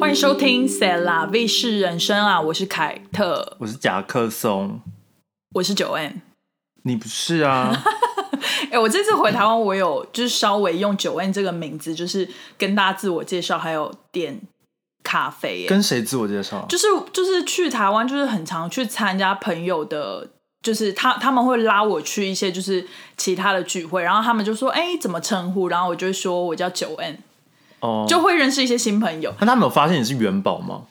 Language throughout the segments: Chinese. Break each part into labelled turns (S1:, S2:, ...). S1: 欢迎收听《塞拉 V 是人生》啊，我是凯特，
S2: 我是夹克松，
S1: 我是九 N。
S2: 你不是 啊？
S1: 哎、我这次回台湾，我有就是稍微用九 N 这个名字，就是跟大家自我介绍，还有点咖啡、耶。
S2: 跟谁自我介绍？
S1: 就是就是去台湾，就是很常去参加朋友的，就是他他们会拉我去一些就是其他的聚会，然后他们就说：“哎、怎么称呼？”然后我就会说我叫九 N，
S2: 哦，
S1: 就会认识一些新朋友。
S2: 那他们有发现你是元宝吗？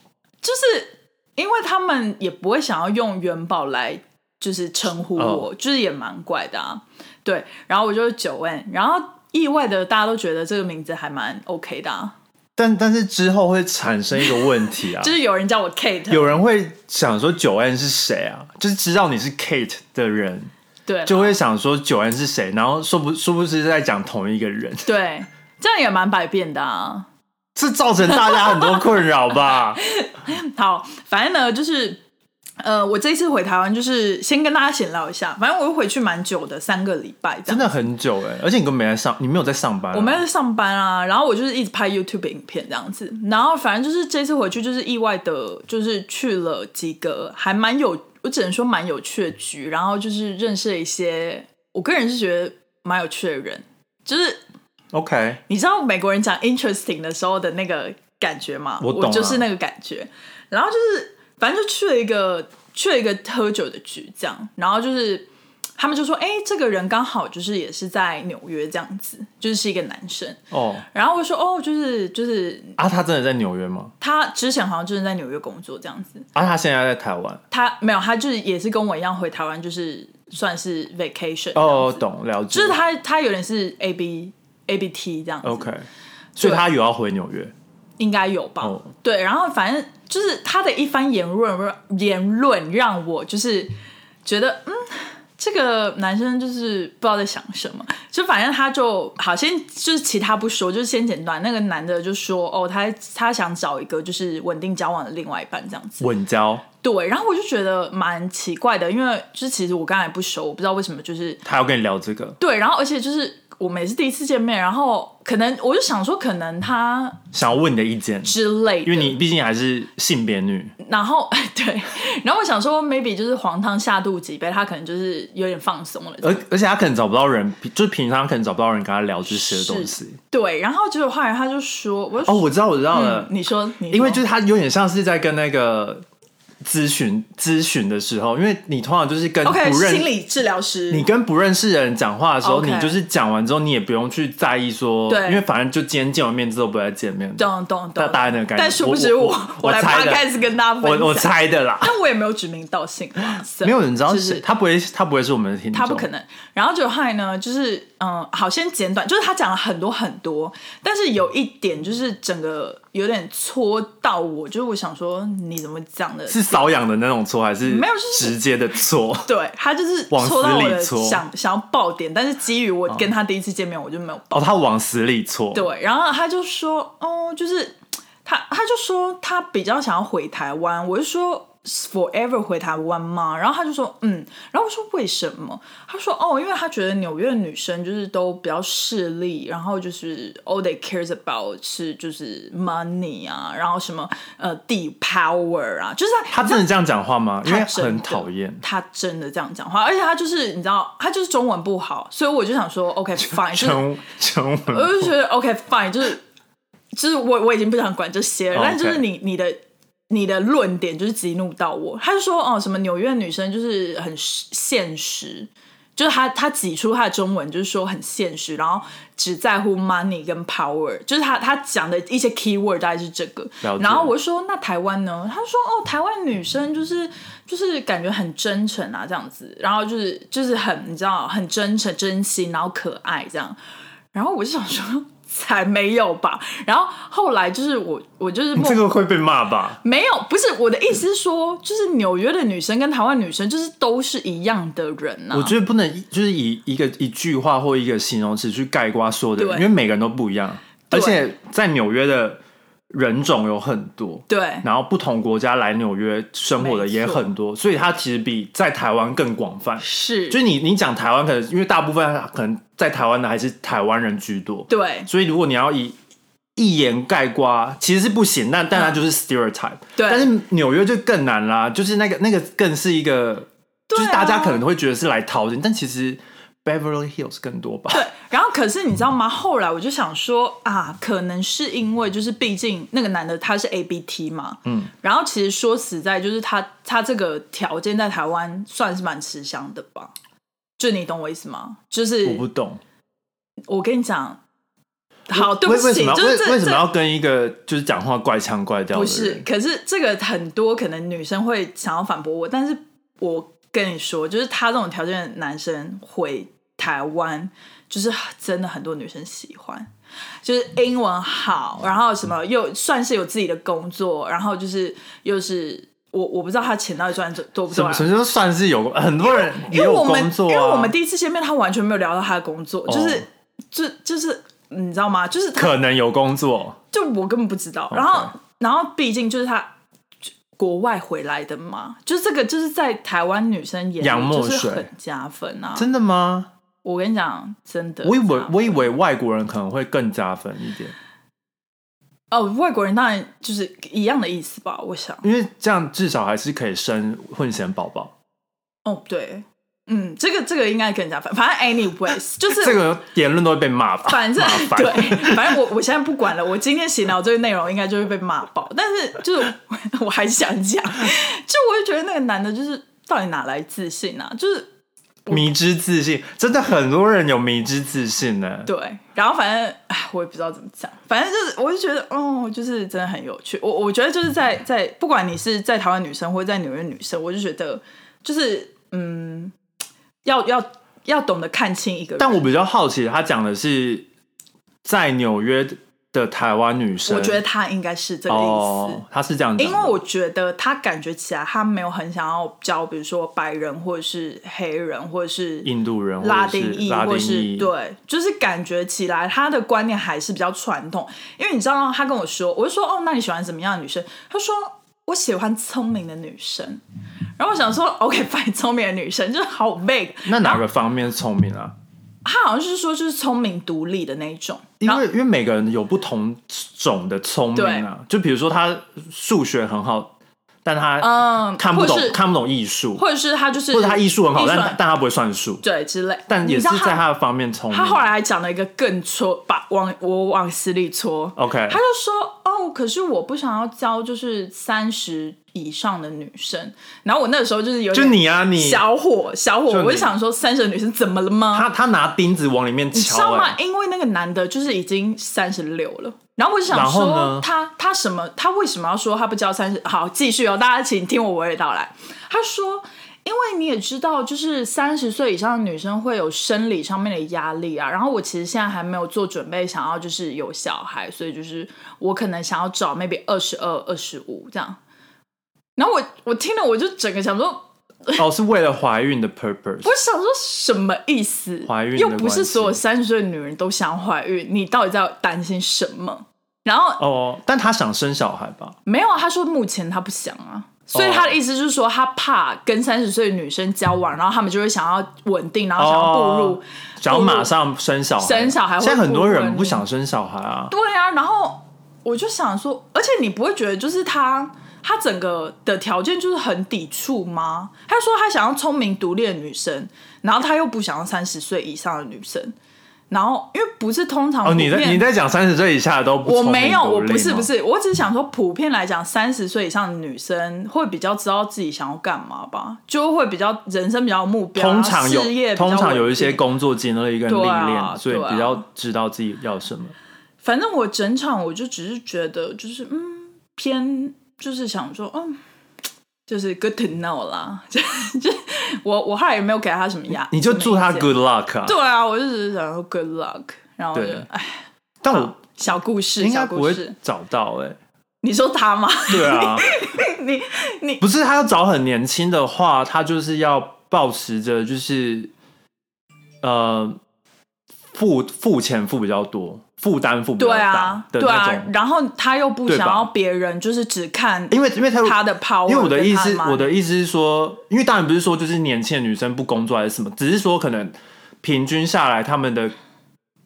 S1: 就是因为他们也不会想要用元宝来就是称呼
S2: 哦
S1: 我，就是也蛮怪的啊。对，然后我就是九 N，然后意外的大家都觉得这个名字还蛮 OK 的、啊，
S2: 但但是之后会产生一个问题啊，
S1: 就是有人叫我 Kate，
S2: 有人会想说九安是谁啊？就是知道你是 Kate 的人，
S1: 对
S2: 就会想说九安是谁，然后说不殊不知是在讲同一个人，
S1: 对，这样也蛮百变的啊。
S2: 这造成大家很多困 扰吧？
S1: 好，反正呢，就是呃，我这一次回台湾，就是先跟大家闲聊一下。反正我又回去蛮久的，三个礼拜这
S2: 真
S1: 样。
S2: 的很久哎、而且你都没在上，你没有在上班啊、
S1: 我们在上班啊，然后我就是一直拍 YouTube 影片这样子，然后反正就是这次回去就是意外的，就是去了几个还蛮有，我只能说蛮有趣的局，然后就是认识了一些，我个人是觉得蛮有趣的人，就是
S2: OK，
S1: 你知道美国人讲 interesting 的时候的那个感觉吗？
S2: 我懂啊
S1: 就是那个感觉。然后就是，反正就去了一个去了一个喝酒的局，这样。然后就是他们就说：“哎、这个人刚好就是也是在纽约这样子，就是是一个男生。
S2: 哦”
S1: 然后我就说：“哦，就是就是
S2: 啊，他真的在纽约吗？
S1: 他之前好像就是在纽约工作这样子。
S2: 啊，他现在在台湾。
S1: 他没有，他就是也是跟我一样回台湾，就是算是 vacation 这样
S2: 哦，
S1: 子，
S2: 懂了解。
S1: 就是他他有点是 A B A B T 这样子。
S2: OK，所以他有要回纽约。
S1: 应该有吧？
S2: 哦
S1: 对，然后反正就是他的一番言论让，言论让我就是觉得，嗯，这个男生就是不知道在想什么。就反正他就好，先就是其他不说，就是先简短。那个男的就说，哦，他他想找一个就是稳定交往的另外一半这样子。
S2: 稳交，
S1: 对，然后我就觉得蛮奇怪的，因为就是其实我刚才不熟，我不知道为什么就是
S2: 他要跟你聊这个，
S1: 对，然后而且就是我们也是第一次见面，然后可能我就想说，可能他
S2: 想要问你的意见，
S1: 之类的，
S2: 因为你毕竟还是性别女，
S1: 然后 对，然后我想说，maybe 就是黄汤下肚几杯，他可能就是有点放松了。
S2: 而而且他可能找不到人，就是平常可能找不到人跟他聊这些东西。
S1: 对，然后结果后来他就说，我就
S2: 哦，
S1: 说、
S2: 我知道，我知道
S1: 嗯
S2: 了，
S1: 你说，你
S2: 因为就是是他有点像是在跟那个咨询咨询的时候，因为你通常就是跟
S1: OK
S2: 不认
S1: 心理治疗师，
S2: 你跟不认识的人讲话的时候
S1: OK
S2: 你就是讲完之后，你也不用去在意说，
S1: 对
S2: 因为反正就今天见完面之后不再见面。
S1: 懂懂
S2: 大
S1: 懂，
S2: 大概那个概念，
S1: 但殊不知
S2: 我
S1: 我
S2: 我
S1: 来
S2: 猜
S1: p
S2: 的，
S1: 开始跟大家分享，
S2: 我我，猜的啦。
S1: 但我也没有指名道姓啦，so，
S2: 没有人知道
S1: 就是
S2: 谁，他不会，他不会是我们的听众，
S1: 他不可能。然后就害呢，就是嗯，好，先简短，就是他讲了很多很多，但是有一点就是整个有点戳到我，就是我想说你怎么讲的
S2: 是瘙痒的那种搓，还是
S1: 没有就是
S2: 直接的搓？
S1: 对他就是
S2: 往
S1: 戳到
S2: 死
S1: 我
S2: 里
S1: 的
S2: 戳
S1: 想想要爆点，但是基于我跟他第一次见面，我就没有爆。
S2: 哦，他往死里搓。
S1: 对，然后他就说，哦，就是他他就说他比较想要回台湾，我就说。forever 回台湾吗？然后他就说嗯，然后我说为什么？他说哦，因为他觉得纽约的女生就是都比较势利，然后就是 all they cares about 是就是 money 啊，然后什么呃地 power 啊，就是
S2: 他真的这样讲话吗？因为
S1: 他真的
S2: 很讨厌。
S1: 他真的这样讲话，而且他就是你知道，他就是中文不好，所以我就想说，OK fine，就是呃
S2: 陈陈
S1: 我
S2: 文，
S1: 就觉得 OK fine，就是就是我我已经不想管这些了，
S2: 哦 OK
S1: 但就是你你的你的论点就是激怒到我，他就说哦什么纽约女生就是很现实。就是他，他挤出他的中文，就是说很现实，然后只在乎 money 跟 power，就是他他讲的一些 keyword 大概是这个
S2: 了。解
S1: 然后我就说那台湾呢？他就说哦，台湾女生就是就是感觉很真诚啊，这样子，然后就是就是很你知道很真诚、真心，然后可爱这样。然后我就想说， 才没有吧。然后后来就是我，我啊就是
S2: 你
S1: 默
S2: 这个会被骂吧？
S1: 没有，不是我的意思是说，就是纽约的女生跟台湾女生就是都是一样的人呐、
S2: 我觉得不能一就是以一个一句话或一个形容词去概括所有的人，
S1: 对
S2: 因为每个人都不一样，
S1: 对
S2: 而且在纽约的人种有很多。
S1: 对
S2: 然后不同国家来纽约生活的也
S1: 没错
S2: 很多，所以它其实比在台湾更广泛。
S1: 是，
S2: 就是你你讲台湾，可能因为大部分可能在台湾的还是台湾人居多，
S1: 对
S2: 所以如果你要以一言盖瓜其实是不行，那但它就是 stereotype、
S1: 嗯对
S2: 但是纽约就更难啦，就是那个那个更是一个，就是
S1: 对啊
S2: 大家可能会觉得是来淘金，但其实 Beverly Hills 更多吧。
S1: 对，然后可是你知道吗？后来我就想说啊，可能是因为就是毕竟那个男的他是 ABT 嘛，嗯，然后其实说实在，就是他他这个条件在台湾算是蛮吃香的吧。就你懂我意思吗？就是
S2: 我不懂，
S1: 我跟你讲，好，对不
S2: 为
S1: 起，
S2: 为什么要
S1: 就是
S2: 为
S1: 这
S2: 为什么
S1: 这
S2: 要跟一个就是讲话怪腔怪调
S1: 不
S2: 的人？
S1: 是？可是这个很多可能女生会想要反驳我，但是我跟你说，就是他这种条件的男生回台湾，就是真的很多女生喜欢。就是英文好，然后什么又算是有自己的工作，然后就是又是我我不知道他钱到底赚多不
S2: 什
S1: 多啊
S2: 么，什么时候算是有很多人也
S1: 因为
S2: 有
S1: 我们、
S2: 工作、啊、
S1: 因为我们第一次见面，他完全没有聊到他的工作，
S2: 哦
S1: 就是就就是你知道吗？就是他
S2: 可能有工作，
S1: 就我根本不知道。然后，然后毕竟就是他就国外回来的嘛，就是这个就是在台湾女生眼
S2: 洋
S1: 里
S2: 墨
S1: 就
S2: 水
S1: 是很加分啊。
S2: 真的吗？
S1: 我跟你讲，真的，
S2: 我以为
S1: 加分
S2: 我以为外国人可能会更加分一点，
S1: 哦，外国人当然就是一样的意思吧，我想。
S2: 因为这样至少还是可以生混血宝宝。
S1: 哦，对，嗯，这个这个应该更加分，反正 anyways 就是
S2: 这个言论都会被 骂吧？
S1: 反正
S2: 麻烦
S1: 对，反正我我现在不管了，我今天闲聊这个内容应该就会被骂爆，但是就是我 还是想讲，就我就觉得那个男的就是到底哪来自信啊？就是
S2: 迷之自信，真的很多人有迷之自信呢、
S1: 对，然后反正唉，我也不知道怎么讲，反正就是我就觉得哦，就是真的很有趣。我我觉得就是
S2: 嗯
S1: 在在不管你是在台湾女生或者在纽约女生，我就觉得就是嗯，要要要懂得看清一个人，
S2: 但我比较好奇，他讲的是在纽约的台湾女生，
S1: 我觉得他应该是这个意思。
S2: 哦，他是这样讲
S1: 因
S2: 的，
S1: 为我觉得他感觉起来，他没有很想要交，比如说白人或者是黑人，或者是
S2: 印度人或者是
S1: 拉丁裔，
S2: 拉
S1: 或
S2: 丁
S1: 者是
S2: 裔，
S1: 对，就是感觉起来他的观念还是比较传统。因为你知道，他跟我说，我就说哦，那你喜欢怎么样的女生？他说我喜欢聪明的女生。然后我想说，OK，反 聪明的女生就是好 big。
S2: 那哪个方面聪明啊？
S1: 他好像是说就是聪明独立的那一种，
S2: 因
S1: 然后
S2: 为因为每个人有不同种的聪明啊，就比如说他数学很好，但他
S1: 嗯，
S2: 看不懂、
S1: 或者是
S2: 看不懂艺术，
S1: 或者是他就是
S2: 或者他艺术很好，但
S1: 很
S2: 但但他不会算数，
S1: 对之类，
S2: 但
S1: 你
S2: 也
S1: 知
S2: 是
S1: 道
S2: 在他的方面聪明
S1: 他。后来还讲了一个更戳，把往我往死里戳。
S2: OK，
S1: 他就说：“哦，可是我不想要交就是三十以上的女生。”然后我那时候就是有
S2: 就
S1: 点
S2: 你啊你，
S1: 小火小火
S2: 就，你
S1: 我就想说三十的女生怎么了吗？
S2: 他他拿钉子往里面
S1: 你知道
S2: 敲、
S1: 吗
S2: 欸，？
S1: 因为那个男的就是已经三十六了，然后我就想
S2: 然后呢
S1: 说他他什么他为什么要说他不交三十？好，继续哦，大家请听我娓娓道来。他说，因为你也知道，就是三十岁以上的女生会有生理上面的压力啊。然后我其实现在还没有做准备，想要就是有小孩，所以就是我可能想要找 maybe 二十二、二十五这样。然后我我听了我就整个想说，
S2: 哦，是为了怀孕的 purpose
S1: 我。想说什么意思？
S2: 怀孕的
S1: 又不
S2: 关系
S1: 是所有三十岁的女人都想怀孕，你到底在担心什么？然后、
S2: 哦，但他想生小孩吧？
S1: 没有啊，他说目前他不想啊，所以他的意思就是说他怕跟三十岁的女生交往，然后他们就会想要稳定，然后想要步入、
S2: 哦想要马上生小孩，
S1: 生小孩
S2: 现在很多人不
S1: 会
S2: 想生小孩啊，
S1: 对啊。然后我就想说，而且你不会觉得就是他。他整个的条件就是很抵触吗？他说他想要聪明独立的女生，然后他又不想要三十岁以上的女生，然后因为不是通常
S2: 哦，你
S1: 普
S2: 在
S1: 遍
S2: 你在讲三十岁以下的都不
S1: 我
S2: 聪明
S1: 没有，我
S2: 独立
S1: 不是
S2: 吗
S1: 不是，我只是想说，普遍来讲，三十岁以上的女生会比较知道自己想要干嘛吧，就会比较人生比较有目标啊，
S2: 通常
S1: 事业
S2: 有
S1: 比较
S2: 通常有
S1: 稳
S2: 一些
S1: 定。
S2: 工作经历跟历
S1: 对啊
S2: 练，所以
S1: 对啊
S2: 比较知道自己要什么。
S1: 反正我整场我就只是觉得，就是嗯，偏就是想说，嗯，就是 good to know 啦， 就就我我后来也没有给他什么压，
S2: 你就祝他
S1: 什么意见
S2: good luck 啊！
S1: 对啊，我就只是想说 good luck，然后我就
S2: 对
S1: 哎，
S2: 但
S1: 好
S2: 我
S1: 小故事
S2: 应该
S1: 小
S2: 不
S1: 故
S2: 会
S1: 事，
S2: 找到哎、欸
S1: 你说他吗？
S2: 对啊，
S1: 你
S2: 不是他要找很年轻的话，他就是要保持着就是呃付付钱付比较多，负担负比较
S1: 对
S2: 大
S1: 啊，
S2: 的
S1: 对
S2: 那种。
S1: 啊，然后他又不
S2: 对吧
S1: 想要别人就是只看
S2: 因为因为他
S1: 他的 power，
S2: 因为我的
S1: 跟
S2: 意
S1: 他
S2: 思，
S1: money
S2: 我的意思是说，因为当然不是说就是年轻的女生不工作还是什么，只是说可能平均下来他们的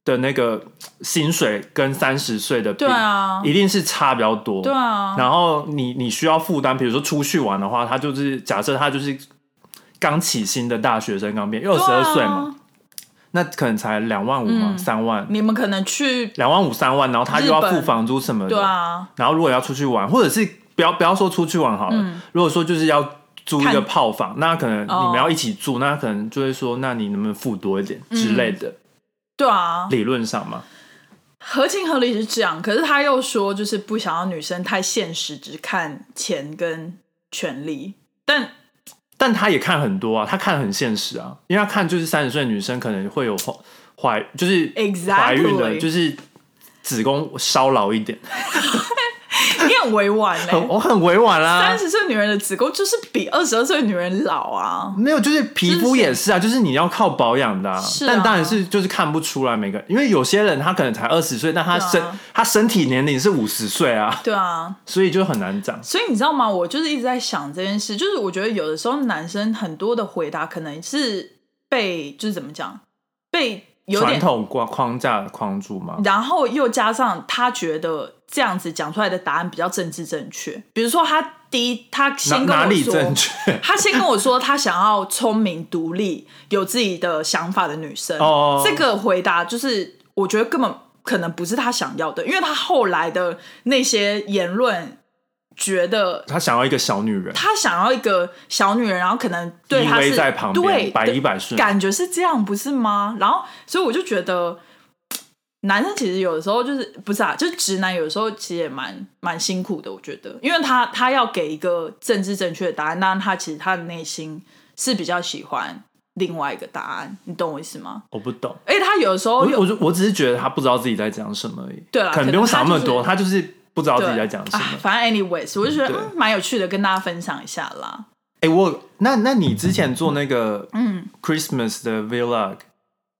S2: 的那个薪水跟三十岁的比，
S1: 对啊
S2: 一定是差比较多。
S1: 对啊，
S2: 然后你你需要负担，比如说出去玩的话，他就是假设他就是刚起薪的大学生，刚毕业二
S1: 对
S2: 十
S1: 啊
S2: 二岁嘛，那可能才两万五嘛，三万，
S1: 你们可能去
S2: 两万五三万，然后他又要
S1: 日
S2: 付
S1: 本
S2: 房租什么的，
S1: 对啊，
S2: 然后如果要出去玩，或者是不要不要说出去玩好了，如果说就是要租一个
S1: 嗯看
S2: 炮房，那可能
S1: 哦
S2: 你们要一起住，那可能就会说，那你能不能付多一点之
S1: 嗯
S2: 类的，
S1: 对啊，
S2: 理论上嘛，
S1: 合情合理是这样，可是他又说就是不想要女生太现实，只看钱跟权利，但
S2: 但他也看很多啊，他看很现实啊，因为他看就是三十岁的女生可能会有怀怀就是怀孕的
S1: Exactly
S2: 就是子宫稍老一点，
S1: 你很委婉嘞、
S2: 很我啊很委婉啦、
S1: 三十岁女人的子宫就是比二十二岁女人老啊，
S2: 没有，就是皮肤也是啊，就是你要靠保养的、啊。
S1: 是啊
S2: 但当然是就是看不出来每个，因为有些人他可能才二十岁，但他
S1: 对啊
S2: 身、他身体年龄是五十岁啊，
S1: 对啊，
S2: 所以就很难讲。
S1: 所以你知道吗？我就是一直在想这件事，就是我觉得有的时候男生很多的回答可能是被就是怎么讲，被有
S2: 传
S1: 点，
S2: 统框框架框住吗？
S1: 然后又加上他觉得这样子讲出来的答案比较政治正确，比如说他第一他
S2: 哪
S1: 先跟
S2: 哪
S1: 我
S2: 里
S1: 说。
S2: 正确？
S1: 他先跟我说，他想要聪明、独立、有自己的想法的女生。
S2: 哦
S1: 这个回答就是，我觉得根本可能不是他想要的，因为他后来的那些言论，觉得
S2: 他想要一个小女人，
S1: 他想要一个小女人，然后可能对他
S2: 依
S1: 是
S2: 偎在旁
S1: 对
S2: 边，百依百顺。
S1: 感觉是这样，不是吗？然后，所以我就觉得，男生其实有的时候就是不是啊，就是直男有的时候其实也蛮蛮辛苦的，我觉得，因为他他要给一个政治正确的答案，但他其实他的内心是比较喜欢另外一个答案，你懂我意思吗？
S2: 我不懂，
S1: 而且他有的时候
S2: 我
S1: 哦有
S2: 我就我只是觉得他不知道自己在讲什么而已。
S1: 对啦
S2: 可能不
S1: 可能
S2: 用想那么
S1: 他就是
S2: 多，他就是不知道
S1: 对
S2: 自己在讲什么
S1: 啊。反正 anyways，我就觉得
S2: 对
S1: 嗯蛮有趣的，跟大家分享一下啦。
S2: 哎、我那那你之前做那个
S1: 嗯
S2: Christmas 的 vlog，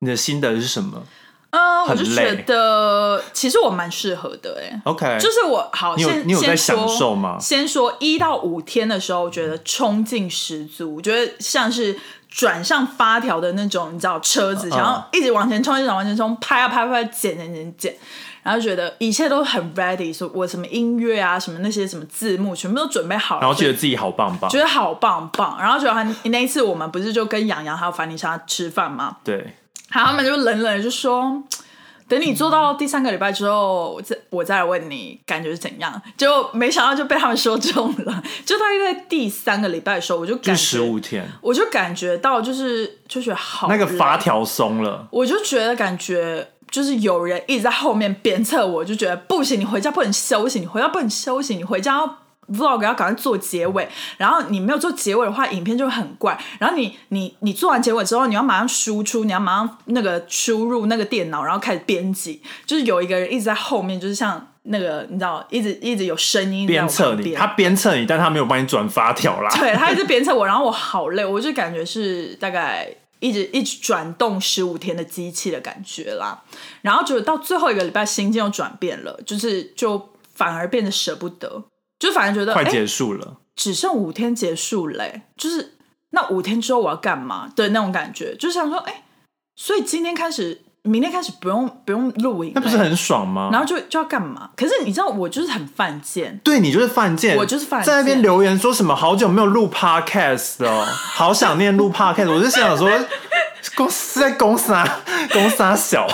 S2: 你的心得是什么
S1: 嗯，我
S2: 很
S1: 就觉
S2: 累
S1: 得其实我蛮适合的哎、
S2: ？OK，
S1: 就是我好，
S2: 你有
S1: 先
S2: 你有在
S1: 先说
S2: 享受吗
S1: 先说一到五天的时候，觉得冲劲十足，觉得像是转上发条的那种，你知道车子，
S2: 嗯
S1: 想要一直往前冲，一直往前冲，拍啊拍啊拍啊，剪剪剪剪，然后觉得一切都很 ready，说我什么音乐啊，什么那些什么字幕，全部都准备好了，
S2: 然后觉
S1: 得。
S2: 得自己好棒棒
S1: 觉，得好棒棒，然后觉得还那一次我们不是就跟洋洋还有凡妮莎吃饭吗？
S2: 对，
S1: 好，他们就冷冷的就说。等你做到第三个礼拜之后，我再我再来问你感觉是怎样。结果没想到就被他们说中了。就大概在第三个礼拜的时候，我就
S2: 就
S1: 感
S2: 十
S1: 觉，
S2: 五天，
S1: 我就感觉到就是就觉得好
S2: 那个
S1: 累
S2: 发，条松了，
S1: 我就觉得感觉就是有人一直在后面鞭策我，就觉得不行，你回家不能休息，你回家不能休息，你回家要 vlog 要赶快做结尾，然后你没有做结尾的话，影片就会很怪。然后你你你做完结尾之后，你要马上输出，你要马上那个输入那个电脑，然后开始编辑。就是有一个人一直在后面，就是像那个你知道，一直一直有声音在我
S2: 鞭策
S1: 旁
S2: 你，
S1: 边哎
S2: 他鞭策你，但他没有帮你转发 条啦。
S1: 对他一直鞭策我，然后我好累，我就感觉是大概一直一直转动十五天的机器的感觉啦。然后就到最后一个礼拜，心境又转变了，就是就反而变得舍不得，就反而觉得
S2: 快
S1: 哎，
S2: 结束了，
S1: 只剩五天结束嘞、就是那五天之后我要干嘛的那种感觉，就想说哎、所以今天开始，明天开始不用不用录影、
S2: 那不是
S1: 哎
S2: 很爽吗？
S1: 然后就就要干嘛？可是你知道我就是很犯贱，
S2: 对你就是犯贱，
S1: 我就是犯贱
S2: 在那边留言说什么好久没有录 podcast 了哦，好想念录 podcast，我就心想说，公是在公啥 公啥小，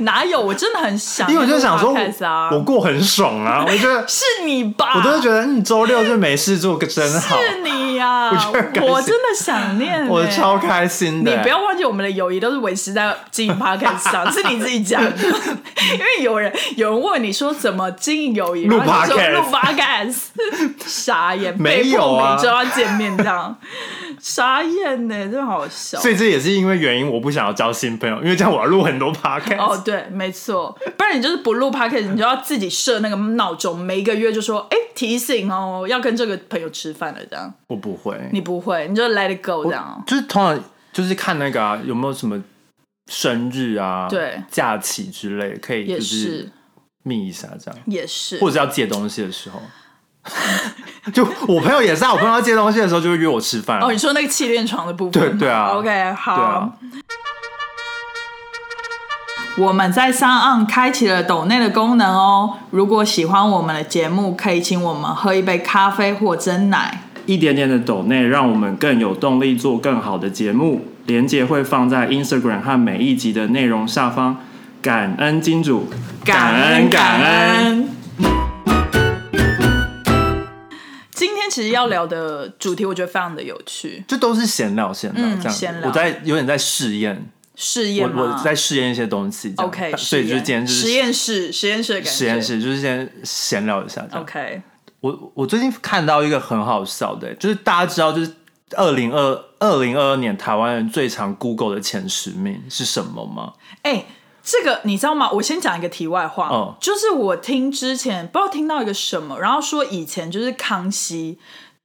S1: 哪有？我真的很想，
S2: 因为我就想说
S1: 啊，
S2: 我，我过很爽啊，我觉 得
S1: 是你吧？
S2: 我都会觉得，嗯，周六就没事做，真好，
S1: 是你呀、
S2: 我觉得很开心
S1: 我真的想念、欸，
S2: 我超。开心
S1: 你
S2: 的。
S1: 不要忘记，我们的友谊都是维持在经营 podcast 上，是你自己讲的。因为有人有人问你说怎么经营友谊，
S2: 录
S1: 然后你说
S2: podcast
S1: 录 podcast，傻眼，
S2: 没有
S1: 被迫
S2: 啊
S1: 每周要见面这样，傻眼呢、真好笑。
S2: 所以这也是因为原因，我不想要交新朋友，因为这样我要录很多 podcast。
S1: 哦，对，没错，不然你就是不录 podcast，你就要自己设那个闹钟，每一个月就说，哎，提醒哦，要跟这个朋友吃饭了这样。
S2: 我不会，
S1: 你不会，你就 let it go 这样哦。
S2: 就是通常就是看那个啊，有没有什么生日啊、
S1: 对
S2: 假期之类，可以
S1: 也
S2: 就是是密一下这样，
S1: 也是，
S2: 或者要借东西的时候。 就我朋友也是啊，我朋友要借东西的时候就会约我吃饭、啊
S1: 哦，。你说那个气垫床的部分吗？
S2: 对对啊
S1: ，OK，好。
S2: 对啊
S1: 我们在上岸开启了抖内的功能哦。如果喜欢我们的节目，可以请我们喝一杯咖啡或蒸奶。
S3: 一点点的抖内，让我们更有动力做更好的节目。连接会放在 Instagram 和每一集的内容下方。感恩金主，
S1: 感恩。今天其实要聊的主题，我觉得非常的有趣。
S2: 就都是闲聊闲聊
S1: 嗯
S2: 这样。
S1: 闲聊
S2: 我在有点在试验，
S1: 试验
S2: 我
S1: 吗
S2: 我在试验一些东西这样。
S1: OK，
S2: 但所以
S1: 实
S2: 就是
S1: 验
S2: 今天就是
S1: 实验室，实验室的感觉。
S2: 实验室，就是先闲聊一下这样。
S1: OK，
S2: 我我最近看到一个很好笑的、就是大家知道，就是二零二二零二二年台湾人最常 Google 的前十名是什么吗？
S1: 哎、这个你知道吗？我先讲一个题外话，
S2: 嗯
S1: 就是我听之前不知道听到一个什么，然后说以前就是康熙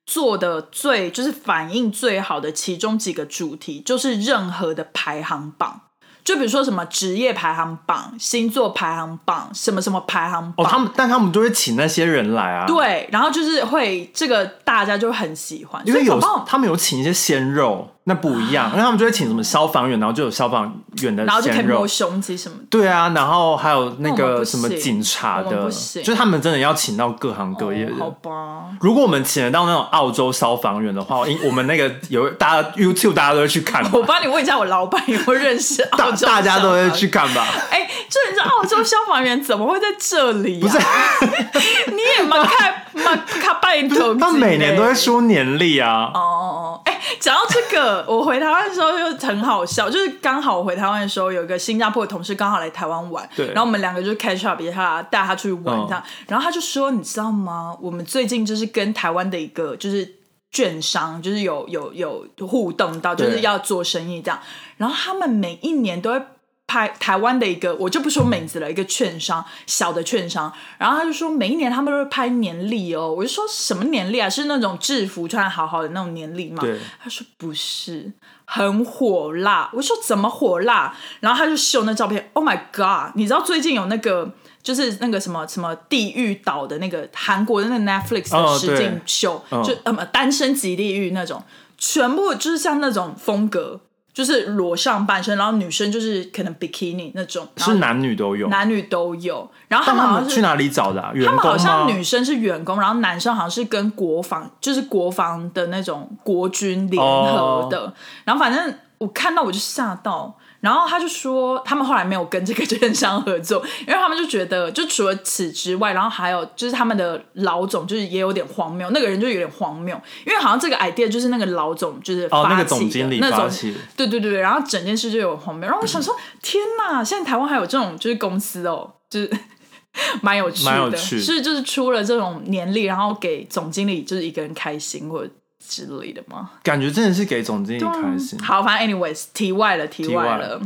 S1: 做的最就是反应最好的其中几个主题，就是任何的排行榜。就比如说什么职业排行榜、星座排行榜、什么什么排行
S2: 哦，
S1: 榜，
S2: 他们但他们都会请那些人来啊，，
S1: 对，然后就是会这个大家就很喜欢，
S2: 因为
S1: 所
S2: 有
S1: 以搞不好啊
S2: 他们有请一些鲜肉，那不一样，因为他们就会请什么消防员，然后就有消防员的
S1: 然后就可以
S2: 鲜肉
S1: 摸。胸肌什么的。
S2: 对啊，然后还有那
S1: 那我们不
S2: 个什
S1: 行
S2: 么警察
S1: 我们
S2: 的，
S1: 不行
S2: 就是他们真的要请到各行各业的。
S1: 哦好吧，
S2: 如果我们请得到那种澳洲消防员的话，因我们那个有大家 YouTube 大家都会去 看吧，
S1: 我帮你问一下我老板有没有认识 澳
S2: 大
S1: 洲
S2: 大家都
S1: 消
S2: 会
S1: 防
S2: 去看吧。
S1: 哎、这你知道澳洲消防员怎么会在这里、啊？不是， 你也蛮看蛮看拜头。
S2: 他每年都会。出年历啊，
S1: 哦哦哦！哎、讲到这个，我回台湾的时候就很好笑，就是刚好我回台湾的时候，有一个新加坡的同事刚好来台湾玩，
S2: 对哦
S1: 然后我们两个就 catch up 一下，带他出去玩这样，然后他就说，你知道吗？我们最近就是跟台湾的一个就是券商，就是有有有互动到，就
S2: 对
S1: 是要做生意这样，然后他们每一年都会。拍台湾的一个，我就不说名字了，一个券商，小的券商，然后他就说每一年他们都会拍年历哦，我就说什么年历啊？是那种制服穿好好的那种年历吗？
S2: 对
S1: 他说不是，很火辣。我说怎么火辣？然后他就秀那照片，Oh my god！你知道最近有那个就是那个什么什么地狱岛的那个韩国的那个 Netflix 的
S2: 哦
S1: 实
S2: 对
S1: 境秀，
S2: 嗯
S1: 就呃不单身即地狱那种，全部就是像那种风格。就是裸上半身，然后女生就是可能 bikini 那种，然后
S2: 是男女都有。
S1: 男女都有。然后他
S2: 但
S1: 们
S2: 他
S1: 好像
S2: 们
S1: 是
S2: 去哪里找的啊？员
S1: 他
S2: 工
S1: 们
S2: 吗？
S1: 好像女生是员工，然后男生好像是跟国防，就是国防的那种国军联合的。
S2: 哦
S1: 然后反正我看到我就吓到，然后他就说他们后来没有跟这个券商合作，因为他们就觉得就除了此之外，然后还有就是他们的老总就是也有点荒谬，那个人就有点荒谬，因为好像这个 idea 就是那个老总就是
S2: 哦，那
S1: 发
S2: 个
S1: 起
S2: 总经
S1: 的
S2: 理
S1: 那
S2: 发
S1: 种
S2: 起，
S1: 对对对，对然后整件事就有荒谬。然后我想 说，天哪，现在台湾还有这种就是公司哦，就是 蛮有趣的，
S2: 蛮有趣
S1: 是就是出了这种年历，然后给总经理就是一个人开心或者之类的吗？
S2: 感觉真的是给总经理开心。
S1: 啊好，反正 anyways，题外了，题
S2: 外
S1: 了。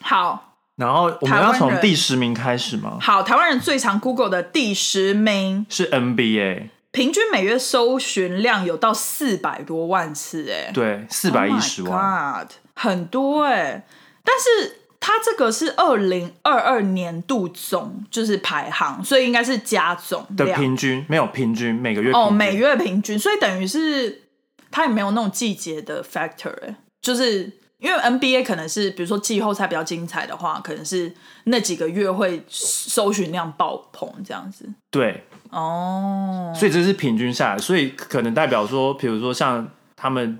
S1: 好
S2: 然后我们
S1: 台湾
S2: 要从
S1: 人
S2: 第十名开始吗？
S1: 好，台湾人最常 Google 的第十名，
S2: 是 NBA，
S1: 平均每月搜寻量有到四百多万次，哎，
S2: 对，四百一十万。
S1: Oh my God, 很多哎、但是它这个是二零二二年度总就是排行，所以应该是加总
S2: 的
S1: 量
S2: 平均没有平均，每个月
S1: 哦，
S2: 平均
S1: 每月平均，所以等于是它也没有那种季节的 factor 哎、就是。因为 NBA 可能是，比如说季后赛比较精彩的话，可能是那几个月会搜寻量爆棚这样子。
S2: 对，
S1: 哦，
S2: 所以这是平均下来，所以可能代表说，比如说像他们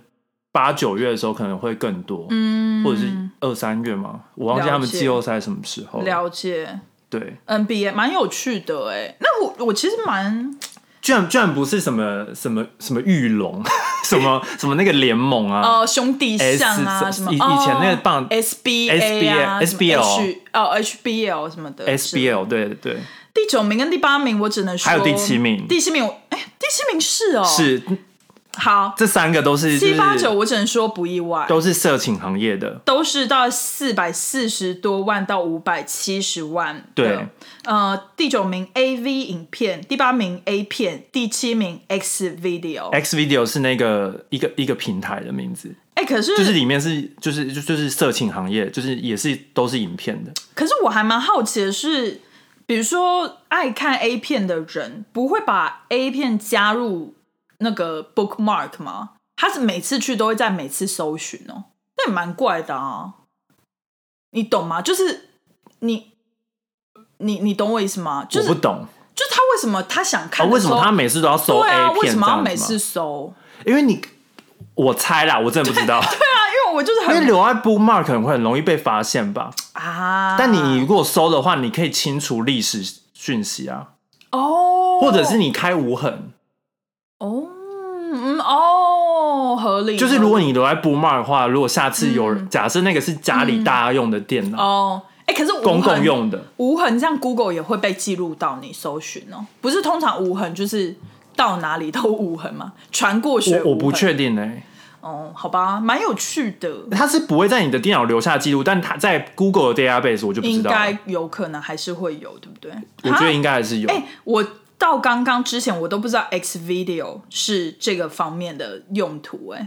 S2: 八九月的时候可能会更多，
S1: 嗯，
S2: 或者是二三月嘛，我忘记他们
S1: 了解
S2: 季后赛什么时候了。
S1: 了解
S2: 对，
S1: NBA 蛮有趣的哎、那我我其实蛮
S2: 居然居然不是什么什么什么玉龙， 什么什么那个联盟啊，
S1: 呃兄弟像啊
S2: S-
S1: 什么，
S2: 以以前那个
S1: 哦
S2: 棒
S1: SBA 啊
S2: SBA
S1: 什么
S2: SBL
S1: H- 哦 HBL 什么的是哦
S2: SBL，对对对，
S1: 第九名跟第八名，我只能说
S2: 还有第七名
S1: 第七名我哎第七名是哦
S2: 是
S1: 好
S2: 这三个都是就
S1: 七
S2: 是
S1: 八九我只能说不意外，
S2: 都是色情行业的，
S1: 都是到四百四十多万到五百七十万的。
S2: 对，
S1: 呃，第九名 AV 影片，第八名 A 片，第七名 X Video。
S2: X Video 是那个一个一个平台的名字，
S1: 哎、可是
S2: 就是里面是就是就就是色情行业，就是也是都是影片的，
S1: 可是我还蛮好奇的是，比如说爱看 A 片的人，不会把 A 片加入那个 bookmark 吗？他是每次去都会在每次搜寻哦，那也蛮怪的啊，你懂吗？就是你你你懂我意思吗？就是
S2: 我不懂
S1: 就是他为什么他想
S2: 啊，
S1: 看的
S2: 为什
S1: 时候、
S2: 么他每次都要搜
S1: 对啊？
S2: A
S1: 为什
S2: 片这
S1: 么要
S2: 样
S1: 每
S2: 子
S1: 次
S2: 吗？
S1: 搜？
S2: 因为你，我猜啦，我真的不知道，
S1: 对啊，因为我就是
S2: 因为
S1: 很
S2: 留在 bookmark 很会很容易被发现吧。
S1: 啊。
S2: 但你如果搜的话，你可以清除历史讯息啊，
S1: 哦，
S2: 或者是你开无痕，
S1: 哦，嗯哦，合理。
S2: 就是
S1: 合理
S2: 如果你留在 bookmark 的话，如果下次有人假设那个是家里大家用的电脑，
S1: 嗯哦，哎、可是无
S2: 公共
S1: 痕
S2: 用的，
S1: 无痕，这样 Google 也会被记录到你搜寻哦。不是通常无痕就是到哪里都无痕吗？ 传过去
S2: 我我不确定哎、
S1: 哦，好吧，蛮有趣的，
S2: 它是不会在你的电脑留下记录，但它在 Google 的 database 我就不知
S1: 应
S2: 道了，
S1: 该有可能还是会有，对不对？
S2: 我觉得
S1: 哈
S2: 应该还是有。
S1: 哎、我到刚刚之前我都不知道 X Video 是这个方面的用途、哎，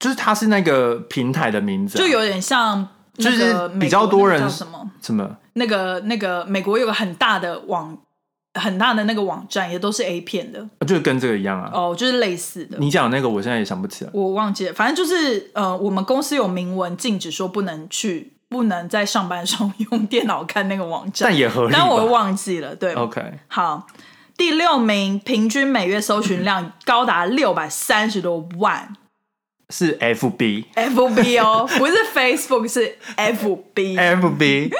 S2: 就是它是那个平台的名字啊、
S1: 就有点像那
S2: 就是
S1: 个美
S2: 比较
S1: 国
S2: 多
S1: 那个
S2: 人
S1: 叫什么。
S2: 什么
S1: 那个那个美国有个很大的网，很大的那个网站也都是 A 片的
S2: 就是跟这个一样啊。
S1: 哦，就是类似的。
S2: 你讲的那个我现在也想不起来，
S1: 我忘记了，反正就是呃，我们公司有明文禁止说不能去，不能在上班的时候用电脑看啊那个网站，
S2: 但也合理吧。
S1: 但我忘记了。对
S2: OK，
S1: 好，第六名平均每月搜寻量高达六百三十多万
S2: 是 FB
S1: ，FB 哦，不是 Facebook 是 FB，
S2: FB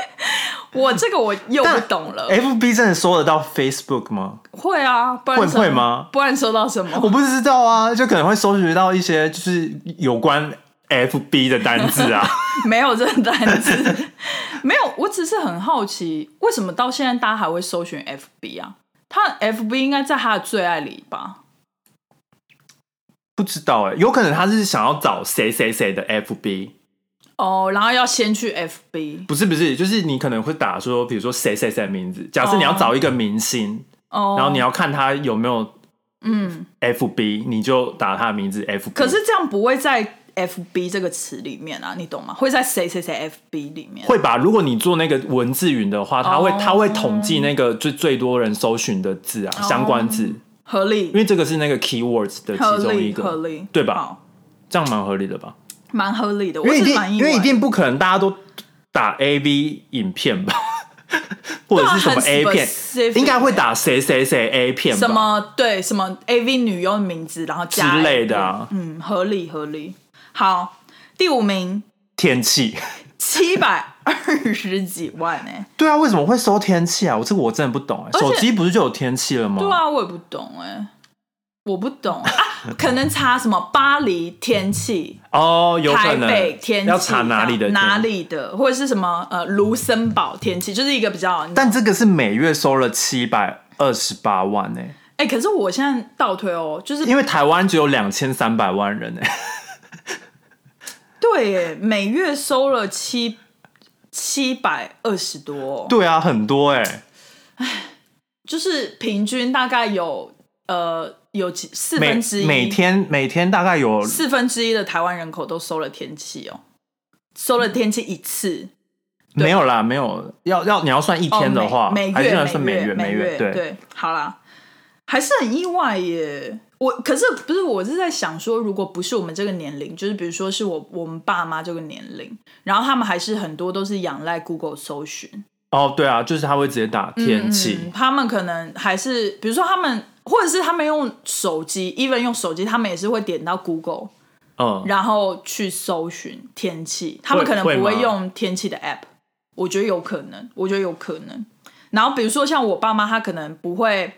S1: 我这个我又不懂了。
S2: FB 真的搜得到 Facebook 吗？
S1: 会啊，不然
S2: 会
S1: 收
S2: 会吗？
S1: 不然收到什么？
S2: 我不知道啊，就可能会搜寻到一些就是有关 FB 的单字啊。
S1: 没有这个单词， 没有。我只是很好奇，为什么到现在大家还会搜寻 FB 啊？他 FB 应该在他的最爱里吧？
S2: 不知道哎、有可能他是想要找谁谁谁的 FB，
S1: 哦，然后要先去 FB
S2: 不是不是，就是你可能会打说，比如说谁谁谁的名字。假设你要找一个明星，
S1: 哦，
S2: 然后你要看他有没有
S1: 嗯，
S2: FB，你就打他的名字 FB。
S1: 可是这样不会在 FB 这个词里面啊，你懂吗？会在谁谁谁 FB 里面？
S2: 会吧？如果你做那个文字云的话，它会、
S1: 哦
S2: 它会统计那个最最多人搜寻的字啊，相关字，因
S1: 合理，
S2: 为这个是那个 keywords 的
S1: 合
S2: 其中一
S1: 理，
S2: 个，
S1: 合理，
S2: 对吧？
S1: 好？
S2: 这样蛮合理的吧？
S1: 哦蛮合理的，我
S2: 因为一
S1: 是
S2: 定
S1: 蛮意
S2: 因
S1: 外
S2: 为一
S1: 的
S2: 定不可能大家都打 A V 影片吧， 或者是什么
S1: 对
S2: A
S1: 啊很
S2: 片，
S1: specific
S2: 应该会打谁谁谁 A 片吧
S1: 什么对什么 AV 女优的名字，然后
S2: 之
S1: 加
S2: 类的啊
S1: AV 嗯，合理合理。好，第五名
S2: 天气。
S1: 七百二十几万哎、
S2: 对啊，为什么会搜天气啊？我这个我真的不懂哎、
S1: 而且
S2: 手机不是就有天气了吗？
S1: 对啊，我也不懂哎、我不懂 啊，可能查什么巴黎天气、
S2: 哦，有可
S1: 台
S2: 能
S1: 北天气，
S2: 要查哪里的天
S1: 哪里的，或者是什么呃卢森堡天气，就是一个比较。
S2: 但这个是每月收了七百二十八万呢、
S1: 哎、可是我现在倒推哦，就是
S2: 因为台湾只有两千三百万人呢、欸
S1: 对哎，每月收了七七百二十多哦、
S2: 对啊，很多哎、
S1: 就是平均大概有呃有几四
S2: 每
S1: 分之一
S2: 每天每天大概有
S1: 四分之一的台湾人口都收了天气哦，收了天气一次
S2: 没有啦，没有要要你要算一
S1: 哦
S2: 天的话，
S1: 每每
S2: 还是要
S1: 月
S2: 算
S1: 每
S2: 月每
S1: 每
S2: 月
S1: 对好啦，还是很意外耶。我可是不是我是在想说，如果不是我们这个年龄，就是比如说是我我们爸妈这个年龄，然后他们还是很多都是仰赖 Google 搜寻，
S2: 哦对啊，就是他会直接打天
S1: 嗯
S2: 气，
S1: 他们可能还是比如说他们，或者是他们用手机，even 用手机，他们也是会点到 Google，
S2: 嗯，
S1: 然后去搜寻天气，他们可能
S2: 会
S1: 不
S2: 吗
S1: 会用天气的 app，我觉得有可能，我觉得有可能。然后比如说像我爸妈，他可能不会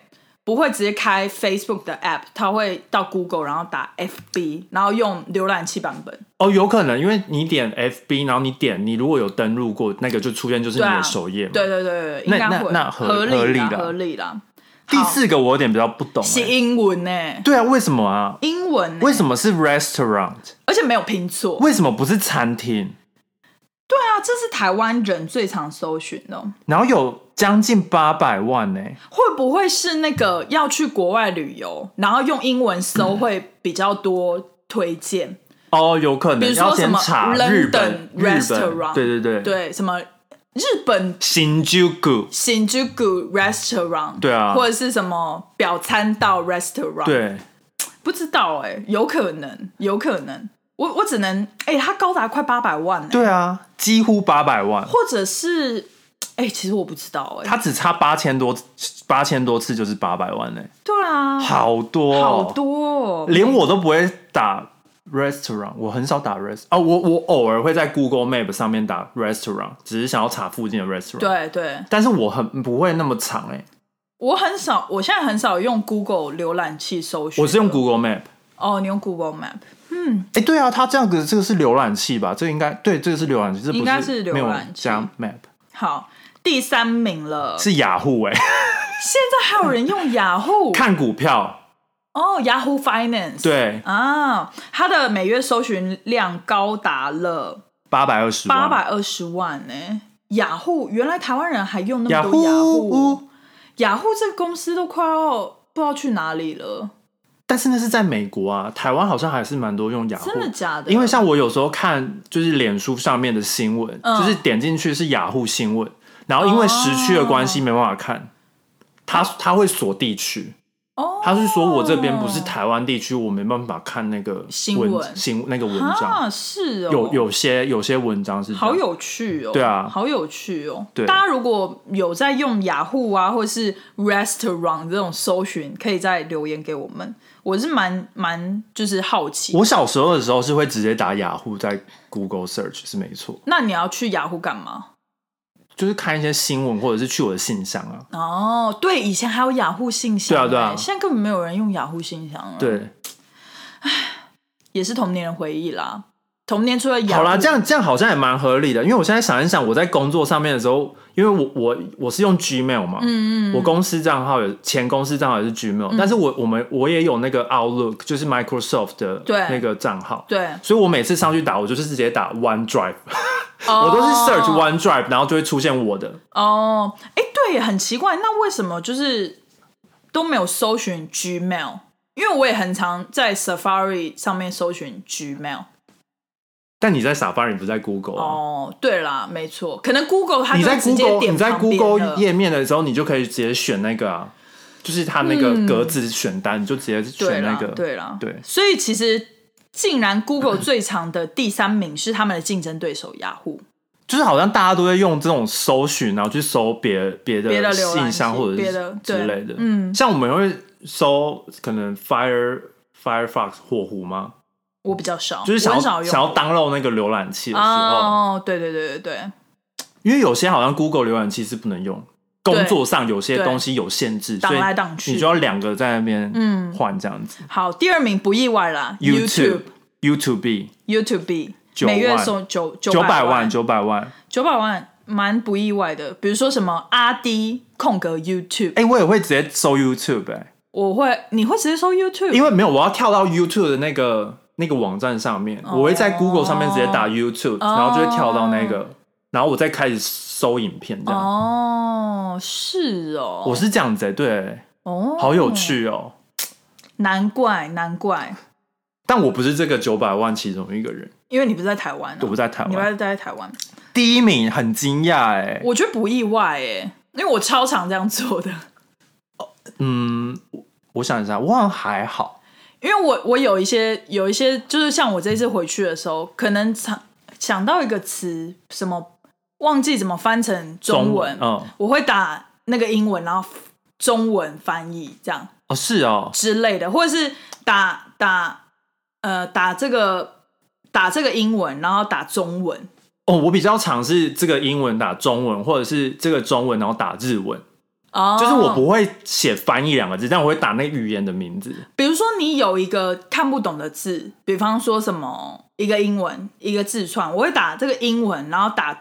S1: 不会直接开 Facebook 的 app，他会到 Google 然后打 FB，然后用浏览器版本。
S2: 哦有可能，因为你点 FB，然后你点你如果有登录过，那个就出现就是你
S1: 对啊
S2: 的首页嘛。
S1: 对对对对，
S2: 那
S1: 应该
S2: 那
S1: 会
S2: 那合
S1: 合理
S2: 合理啦
S1: 合理啦。
S2: 第四个我有点比较不懂、
S1: 是
S2: 欸，
S1: 英文呢、
S2: 对啊，为什么啊？
S1: 英文、
S2: 为
S1: 呢，
S2: 什么是 restaurant？
S1: 而且没有拼错。
S2: 为什么不是餐厅？
S1: 对啊，这是台湾人最常搜寻的哦。
S2: 然后有将近八百万哎呢、
S1: 会不会是那个要去国外旅游，然后用英文搜会比较多推荐？
S2: 哦，有可能，
S1: 比如说
S2: 要先
S1: 什么
S2: 查
S1: London
S2: 日本日本
S1: restaurant
S2: 对对对，
S1: 对，什么日本
S2: 新居谷，
S1: 新居谷 restaurant，
S2: 对啊
S1: 或者是什么表参道 restaurant，，
S2: 对，
S1: 不知道哎、有可能，有可能，我我只能哎、它高达快八百万、欸，
S2: 对啊，几乎八百万，
S1: 或者是哎、其实我不知道哎、
S2: 他只差八千多八千多次就是八百万呢、欸
S1: 对啊，
S2: 好多、哦
S1: 好，多、哦，
S2: 连我都不会打 restaurant，我很少打 rest 啊，我我偶尔会在 Google Map 上面打 restaurant，只是想要查附近的 restaurant。，
S1: 对对，
S2: 但是我很不会那么长哎、
S1: 我很少，我现在很少用 Google 浏览器搜寻，
S2: 我是用 Google Map。
S1: 哦，你用 Google Map，
S2: 哎、对啊，它这样子这个是浏览器吧？这个应该对，这个是浏览器，这不
S1: 应该是浏
S2: 没有
S1: 览器
S2: 加 Map
S1: 好，第三名了，
S2: 是雅虎哎、
S1: 现在还有人用雅虎，
S2: 看股票
S1: 哦，Yahoo Finance，
S2: 对
S1: 啊，它的每月搜寻量高达了
S2: 八百二十
S1: 八百二十万呢、雅虎原来台湾人还用那
S2: 雅
S1: 么多雅虎，
S2: 虎，
S1: 雅虎这个公司都快要不知道去哪里了，
S2: 但是那是在美国啊，台湾好像还是蛮多用雅虎
S1: 真的假的？
S2: 因为像我有时候看就是脸书上面的新闻，
S1: 嗯
S2: 就是点进去是雅虎新闻，然后因为时区的关系没办法看，他他会锁地区，
S1: 哦，
S2: 他是说我这边不是台湾地区，我没办法看那个
S1: 新
S2: 文
S1: 闻
S2: 新那个文章，
S1: 啊，是哦，
S2: 有有些有些文章是这样
S1: 好有趣哦！
S2: 对啊
S1: 好有趣哦！
S2: 对
S1: 大家如果有在用雅虎啊，或是 restaurant 这种搜寻，可以再留言给我们。我是蛮蛮就是好奇，
S2: 我小时候的时候是会直接打雅虎在 Google search 是没错，
S1: 那你要去雅虎干嘛？
S2: 就是看一些新闻或者是去我的信箱啊，
S1: 哦，对，以前还有雅虎信箱、
S2: 对啊对啊
S1: 哎现在根本没有人用雅虎信箱了。，
S2: 对，
S1: 也是童年的回忆啦。童年除了雅虎，
S2: 好啦，这样这样好像也蛮合理的，因为我现在想一想，我在工作上面的时候，因为我我我是用 Gmail 嘛，
S1: 嗯，嗯嗯
S2: 我公司账号有前公司账号也是 Gmail，、但是我我们我也有那个 Outlook，就是 Microsoft 的
S1: 对
S2: 那个账号，
S1: 对，
S2: 所以我每次上去打，我就是直接打 OneDrive，、
S1: 我
S2: 我都是 search OneDrive，然后就会出现我的。
S1: 哦，哎，对，很奇怪，那为什么就是都没有搜寻 Gmail？因为我也很常在 Safari 上面搜寻 Gmail。
S2: 但你在 Safari 不在 Google 啊、
S1: 哦，对啦，没错，可能 Google 它
S2: 你在
S1: 就直接
S2: Google
S1: 点
S2: 你在
S1: 旁边
S2: Google
S1: 了
S2: 页面的时候，你就可以直接选那个啊，就是它那个格子选单，你就直接
S1: 嗯对
S2: 选那
S1: 啦
S2: 个，，
S1: 对啦，
S2: 对
S1: 所以其实竟然 Google 最长的第三名是他们的竞争对手雅虎，
S2: 就是好像大家都会用这种搜寻，然后去搜别别
S1: 别的
S2: 的
S1: 浏览
S2: 信箱
S1: 器
S2: 或者
S1: 别
S2: 是
S1: 的
S2: 之
S1: 对
S2: 类的。
S1: 嗯
S2: 像我们会搜可能 Fire Firefox 火狐吗？
S1: 我比较少，
S2: 就是想
S1: 我
S2: 要
S1: 很少用
S2: 想要 download 那个浏览器的时候，
S1: 哦，对对对对对，
S2: 因为有些好像 Google 浏览器是不能用，工作上有些
S1: 对
S2: 东西有限制，
S1: 挡
S2: 所以
S1: 来挡去
S2: 你就要两个在那边
S1: 嗯
S2: 换这样子。
S1: 好，第二名不意外啦
S2: YouTube YouTube
S1: YouTube B
S2: 9
S1: 每月
S2: 万
S1: 收九九
S2: 九百
S1: 万
S2: 万九百万，
S1: 九百万蛮不意外的。比如说什么阿迪空格 YouTube，、
S2: 哎、我也会直接搜 YouTube 哎、
S1: 我会你会直接搜 YouTube，
S2: 因
S1: 为
S2: 为没有，我要跳到 YouTube 的那个那个网站上面，
S1: 哦
S2: 我会在 Google 上面直接打 YouTube，、然后就会跳到那个，然后我再开始搜影片这样。
S1: 哦是哦，
S2: 我是这样子、欸，对，
S1: 哦
S2: 好有，趣哦、
S1: 难怪难怪，
S2: 但我不是这个九百万其中一个人，
S1: 因为你不是在台湾、啊，
S2: 我不在台
S1: 你不
S2: 湾。
S1: 是在台湾，
S2: 第一名很惊讶哎，
S1: 我觉得不意外诶，因为我超常这样做的。
S2: 嗯，我我想一下，我好像还好，
S1: 因为我我有一些有一些，就是像我这次回去的时候，可能想想到一个词，什么忘记怎么翻成中文，
S2: 中文嗯
S1: 我会打那个英文，然后中文翻译这样
S2: 哦是哦，
S1: 之类的，或者是打打呃打这个打这个英文，然后打中文。
S2: 哦我比较常是这个英文打中文，或者是这个中文然后打日文，
S1: 哦，
S2: 就是我，不会写翻译两个字，但我会打那个语言的名字。
S1: 比如说你有一个看不懂的字，比方说什么一个英文一个字串，我会打这个英文，然后打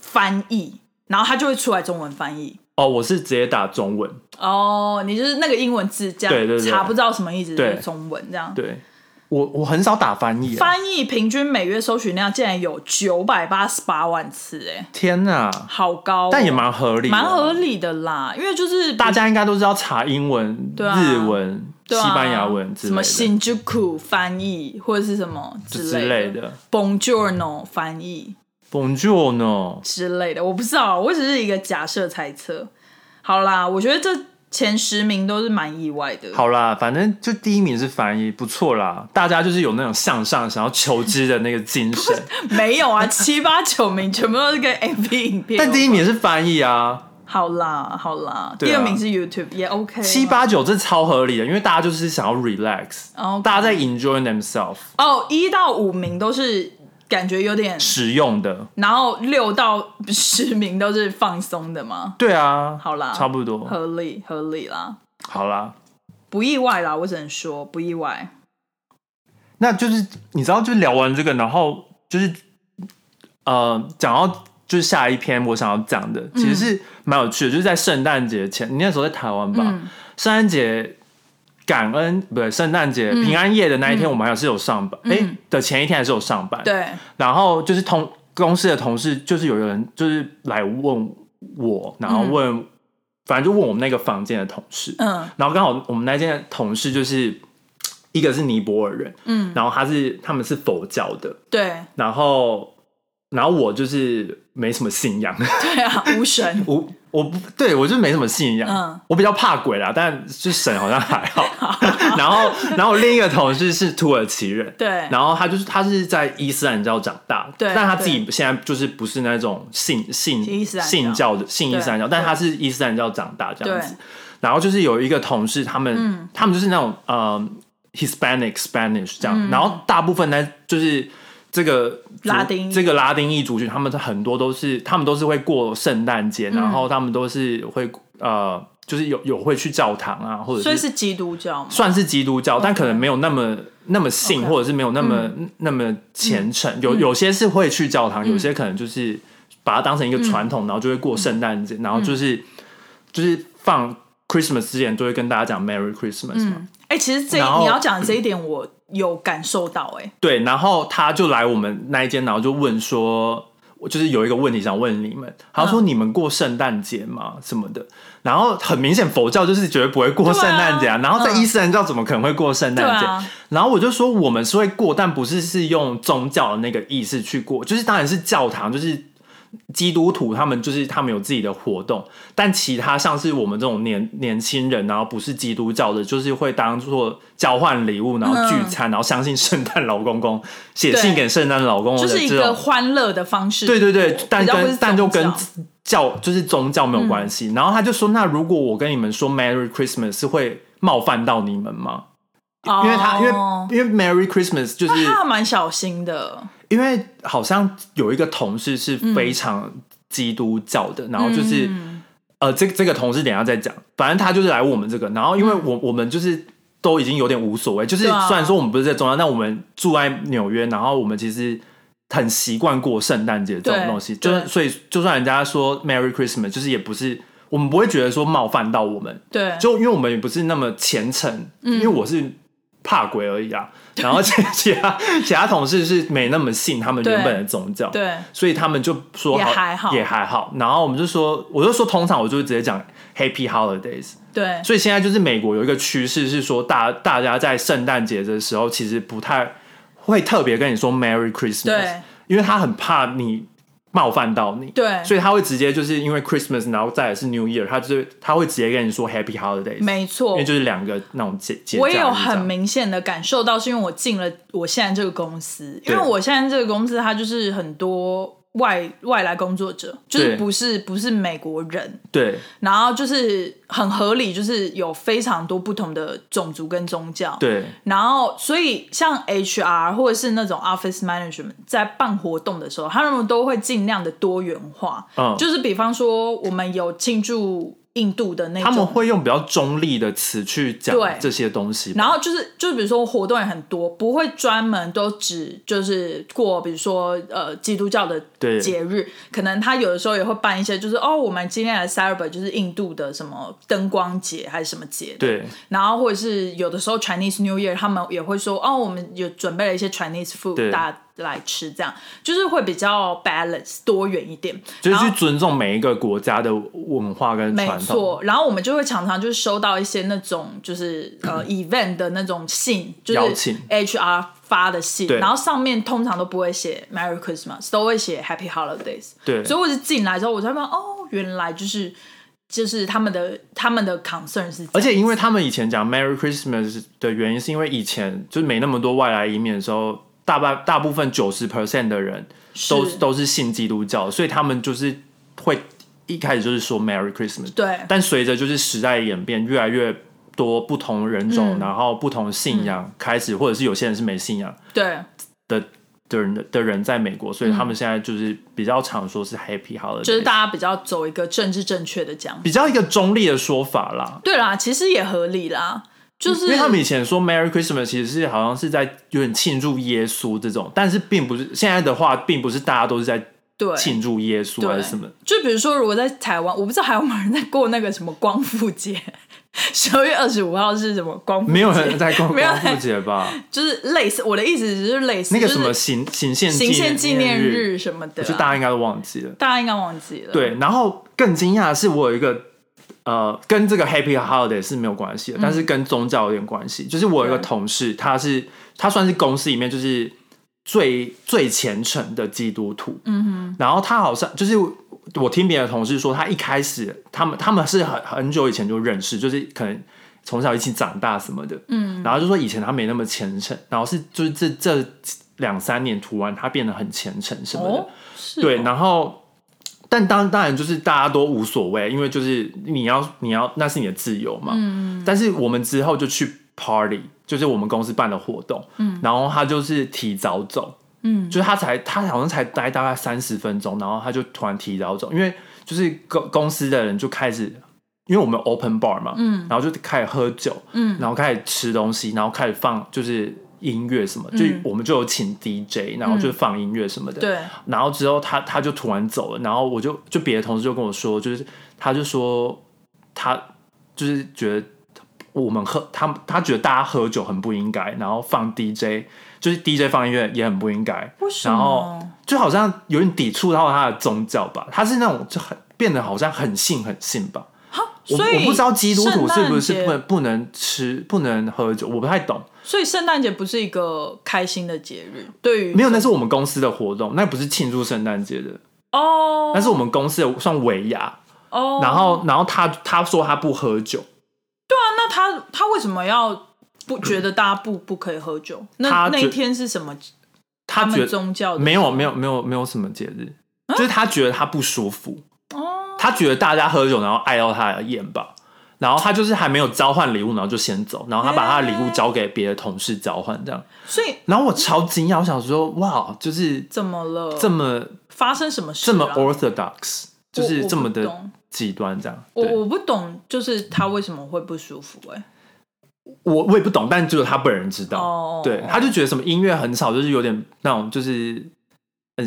S1: 翻译，然后它就会出来中文翻译。
S2: 哦，我是直接打中文，
S1: 哦，你就是那个英文字这样
S2: 对对对
S1: 查不到什么意思，
S2: 对
S1: 就是中文这样。
S2: 对我我很少打翻译、啊。
S1: 翻译平均每月搜寻量竟然有九百八十八万次，哎，
S2: 天哪！
S1: 好高哦、
S2: 但也蛮合理的，
S1: 蛮合理的啦，因为就是
S2: 大家应该都知道查英文、
S1: 对啊
S2: 日文、
S1: 对啊
S2: 西班牙文之
S1: 什
S2: 类
S1: 么
S2: 的
S1: Shinjuku 翻译或者是什么之
S2: 之类
S1: 的
S2: 的。
S1: Bonjourno 翻译
S2: Bonjour 呢？
S1: 之类的，我不知道，我只是一个假设猜测。好啦，我觉得这前十名都是蛮意外的。
S2: 好啦，反正就第一名是翻译，不错啦。大家就是有那种向上、想要求知的那个精神。
S1: 没有 啊，七八九名全部都是跟 MV 影片有关。
S2: 但第一名是翻译啊，
S1: 好啦好啦，
S2: 对啊
S1: 第二名是 YouTube 也 OK 啦。
S2: 七八九这超合理的，因为大家就是想要 relax，
S1: OK
S2: 大家在 enjoy themselves，
S1: 哦，一到五名都是感觉有点，
S2: 实用的。
S1: 然后六到十名都是放松的嘛。
S2: 对啊，
S1: 好啦，
S2: 差不多，
S1: 合理合理啦，
S2: 好啦。
S1: 不意外啦，我只能说不意外。
S2: 那就是你知道，就是聊完这个，然后就是呃，讲到就是下一篇我想要讲的，其实是蛮有趣的，就是在圣诞节前，你那时候在台湾吧？
S1: 嗯
S2: 圣诞节感恩不对，圣诞节平安夜的那一天，我们还是有上班，哎、的前一天还是有上班。，
S1: 嗯对，
S2: 然后就是同公司的同事，就是有人就是来问我，然后问，反正就问我们那个房间的同事，
S1: 嗯
S2: 然后刚好我们那间的同事就是一个是尼泊尔人，
S1: 嗯，
S2: 然后他是他们是佛教的，
S1: 对
S2: 然后然后我就是没什么信仰，
S1: 对啊，无神。
S2: 我我不对我就是没什么信仰，
S1: 嗯
S2: 我比较怕鬼啦，但就神好像还 好。然后然后另一个同事是土耳其人，
S1: 对
S2: 然后他就是他是在伊斯兰教长大，
S1: 对
S2: 但他自己现在就是不是那种信信
S1: 伊斯兰教
S2: 信教的信伊斯兰教，
S1: 对
S2: 但他是伊斯兰教长大这样子
S1: 对。嗯
S2: 然后就是有一个同事，他们、他们就是那种呃 Hispanic Spanish 这样，然后大部分呢就是。这个族
S1: 嗯拉丁裔
S2: 这个拉丁裔族群，他们很多都是，他们都是会过圣诞节，
S1: 嗯
S2: 然后他们都是会呃，就是有有会去教堂啊，或者
S1: 所以是基督教嘛？
S2: 算是基督教，但可能没有那么那么信
S1: OK 嗯
S2: 或者是没有那么、那么虔诚。有有些是会去教堂，有些可能就是把它当成一
S1: 嗯
S2: 个传统，然后就会过圣诞节，然后就是、就是放 Christmas 之前就会跟大家讲 Merry Christmas 嘛。
S1: 哎、其实这
S2: 然后
S1: 你要讲这一点，我有感受到、哎，
S2: 对，然后他就来我们那一间，然后就问说，我就是有一个问题想问你们，他说你们过圣诞节吗？什么的。然后很明显，佛教就是绝对不会过圣诞节啊，
S1: 对啊
S2: 然后在
S1: 嗯
S2: 伊斯兰教怎么可能会过圣诞节？
S1: 对啊
S2: 然后我就说我们是会过，但不是是用宗教的那个意识去过，就是当然是教堂，就是基督徒他们就是他们有自己的活动，但其他像是我们这种年年轻人，然后不是基督教的，就是会当做交换礼物，然后聚餐，然后相信圣诞老公公，写信给圣诞老公公
S1: 就
S2: 的
S1: 是一
S2: 这
S1: 个
S2: 种，
S1: 欢乐的方式。
S2: 对对对，但
S1: 比较不是
S2: 跟但就跟
S1: 宗教
S2: 教就是宗教没有关系。然后他就说，那如果我跟你们说 Merry Christmas 是会冒犯到你们吗？
S1: 哦
S2: 因为他因为因为 Merry Christmas 就是
S1: 那他还蛮小心的，
S2: 因为好像有一个同事是非常基督教的，然后就是、
S1: 嗯
S2: 呃，这这个同事等一下再讲，反正他就是来问我们这个，然后因为我、我们就是都已经有点无所谓，就是
S1: 嗯对啊
S2: 虽然说我们不是在中央，但我们住在纽约，然后我们其实。很习惯过圣诞节这种
S1: 对
S2: 东西，
S1: 对
S2: 就是所以就算人家说 Merry Christmas，就是也不是我们不会觉得说冒犯到我们，
S1: 对，
S2: 就因为我们也不是那么虔诚，因为我是怕鬼而已啊。
S1: 嗯
S2: 然后其 其他其他同事是没那么信他们原本的宗教，
S1: 对
S2: 所以他们就说
S1: 也还好
S2: 也还好。然后我们就说，我就说通常我就会直接讲 Happy Holidays。
S1: 对，
S2: 所以现在就是美国有一个趋势是说大，大家在圣诞节的时候其实不太会特别跟你说 Merry Christmas，
S1: 对
S2: 因为他很怕你冒犯到你，
S1: 对
S2: 所以他会直接就是因为 Christmas，然后再来是 New Year，他就是他会直接跟你说 Happy Holidays，
S1: 没
S2: 因
S1: 错
S2: 为。就是两个那种节节假日
S1: 我也有
S2: 这
S1: 很
S2: 样
S1: 明显的感受到，是因为我进了我现在这个公司，因
S2: 对
S1: 为我现在这个公司它就是很多外外来工作者，就是
S2: 对
S1: 不是不是美国人，
S2: 对
S1: 然后就是很合理，就是有非常多不同的种族跟宗教，
S2: 对
S1: 然后，所以像 HR 或者是那种 office management 在办活动的时候，他们都会尽量的多元化。
S2: 嗯
S1: 就是比方说，我们有庆祝印度的那种，
S2: 他们会用比较中立的词去讲
S1: 对
S2: 这些东西吧，
S1: 然后就是就是比如说活动也很多，不会专门都只就是过，比如说呃基督教的
S2: 对
S1: 节日，可能他有的时候也会办一些，就是哦我们今天来 celebrate 就是印度的什么灯光节还是什么节的，
S2: 对
S1: 然后或者是有的时候 Chinese New Year 他们也会说哦，我们有准备了一些 Chinese
S2: 对
S1: food 大家来吃，这样就是会比较 balance 多元一点。
S2: 就是去
S1: 然后
S2: 尊重每一个国家的文化跟
S1: 没
S2: 传统，
S1: 错，然后我们就会常常就是收到一些那种就是呃 event 的那种信，就
S2: 邀
S1: 是
S2: 请
S1: HR 发的信
S2: 对，
S1: 然后上面通常都不会写 Merry Christmas，都会写 Happy Holidays。
S2: 对
S1: 所以我是进来之后，我才发现哦，原来就是就是他们的他们的 concern 是这样，
S2: 而且因为他们以前讲 Merry Christmas 的原因，是因为以前就是没那么多外来移民的时候，大半大部分九十 percent 的人都
S1: 是
S2: 都是信基督教，所以他们就是会一开始就是说 Merry Christmas。
S1: 对
S2: 但随着就是时代演变，越来越多不同人种，
S1: 嗯
S2: 然后不同信仰开始，或者是有些人是没信仰
S1: 对
S2: 的人的人在美国，所以他们现在就是比较常说是 Happy Holiday，
S1: 嗯就是大家比较走一个政治正确的讲。
S2: 比较一个中立的说法啦。
S1: 对啦，其实也合理啦，就是
S2: 因为他们以前说 Merry Christmas 其实是好像是在有点庆祝耶稣这种，但是并不是现在的话，并不是大家都是在
S1: 对
S2: 庆祝耶稣还
S1: 对
S2: 是什么。
S1: 就比如说，如果在台湾，我不知道还有没有人在过那个什么光复节， 十二月二十五号是什么光复节？
S2: 没有人在光
S1: 没有
S2: 光复节吧？
S1: 就是类似我的意思，只是类似
S2: 那个什
S1: 就是
S2: 么行行宪
S1: 行宪纪
S2: 纪
S1: 念
S2: 日，
S1: 日什么的
S2: 我
S1: 啊、
S2: 觉得大家应该都忘记了。
S1: 大家应该忘记了。
S2: 对，然后更惊讶的是，我有一个呃，跟这个 Happy Holiday 是没有关系的，但是跟宗教有点关系。就是我有一个
S1: 对
S2: 同事，他是他算是公司里面就是最最虔诚的基督徒，嗯哼。然后他好像就是我听别的同事说，他一开始他们他们是很很久以前就认识，就是可能。从小一起长大什么的，嗯，然后就说以前他没那么虔诚，然后是就是这这两三年突然他变得很虔诚什么的，
S1: 哦，是哦
S2: 对，然后。但当当然就是大家都无所谓，因为就是你要你要那是你的自由嘛。嗯。但是我们之后就去 party，就是我们公司办的活动。嗯。然后他就是提早走。嗯。就是他才他好像才待大概三十分钟，然后他就突然提早走，因为就是公公司的人就开始，因为我们 open bar 嘛，嗯，然后就开始喝酒，嗯，然后开始吃东西，然后开始放就是音乐什么，就我们就有请 DJ，然后就放音乐什么的。
S1: 对
S2: 然后之后他他就突然走了，然后我就就别的同事就跟我说，就是他就说他就是觉得我们喝他他觉得大家喝酒很不应该，然后放 DJ 就是 DJ 放音乐也很不应该，
S1: 为什
S2: 然后
S1: 么？
S2: 就好像哦有点抵触到他的宗教吧，他是那种就很变得好像很信很信吧。我
S1: 所以
S2: 我不知道基督徒是不
S1: 圣
S2: 是
S1: 诞
S2: 不
S1: 节
S2: 能不能吃不能喝酒，我不太懂。
S1: 所以圣诞节不是一个开心的节日，对于
S2: 没有，那是我们公司的活动，那不是庆祝圣诞节的，
S1: 哦，
S2: 那是我们公司的算尾牙。
S1: 哦，
S2: 然后，然后他他说他不喝酒，
S1: 那他他为什么要不觉得大家不不可以喝酒？那
S2: 他
S1: 那
S2: 觉
S1: 一天是什么？
S2: 他觉
S1: 们
S2: 得
S1: 宗教的
S2: 没有没有没有没有什么节日，就是他觉得他不舒服，
S1: 啊哦，
S2: 他觉得大家喝酒然后碍到他的眼吧，然后他就是还没有交换礼物，然后就先走，然后他把他的
S1: 哎
S2: 礼物交给别的同事交换这样，
S1: 所以
S2: 然后我超惊讶，我想说哇，就是
S1: 怎么了？
S2: 这么
S1: 发生什么事、啊？
S2: 这么 orthodox，就是这么
S1: 我
S2: 的
S1: 不懂
S2: 极端这样，
S1: 我
S2: 对
S1: 我不懂，就是他为什么会不舒服、哎，
S2: 我我也不懂，但只有他本人知道。
S1: 哦
S2: 对，他就觉得什么音乐很吵，就是有点那种就是很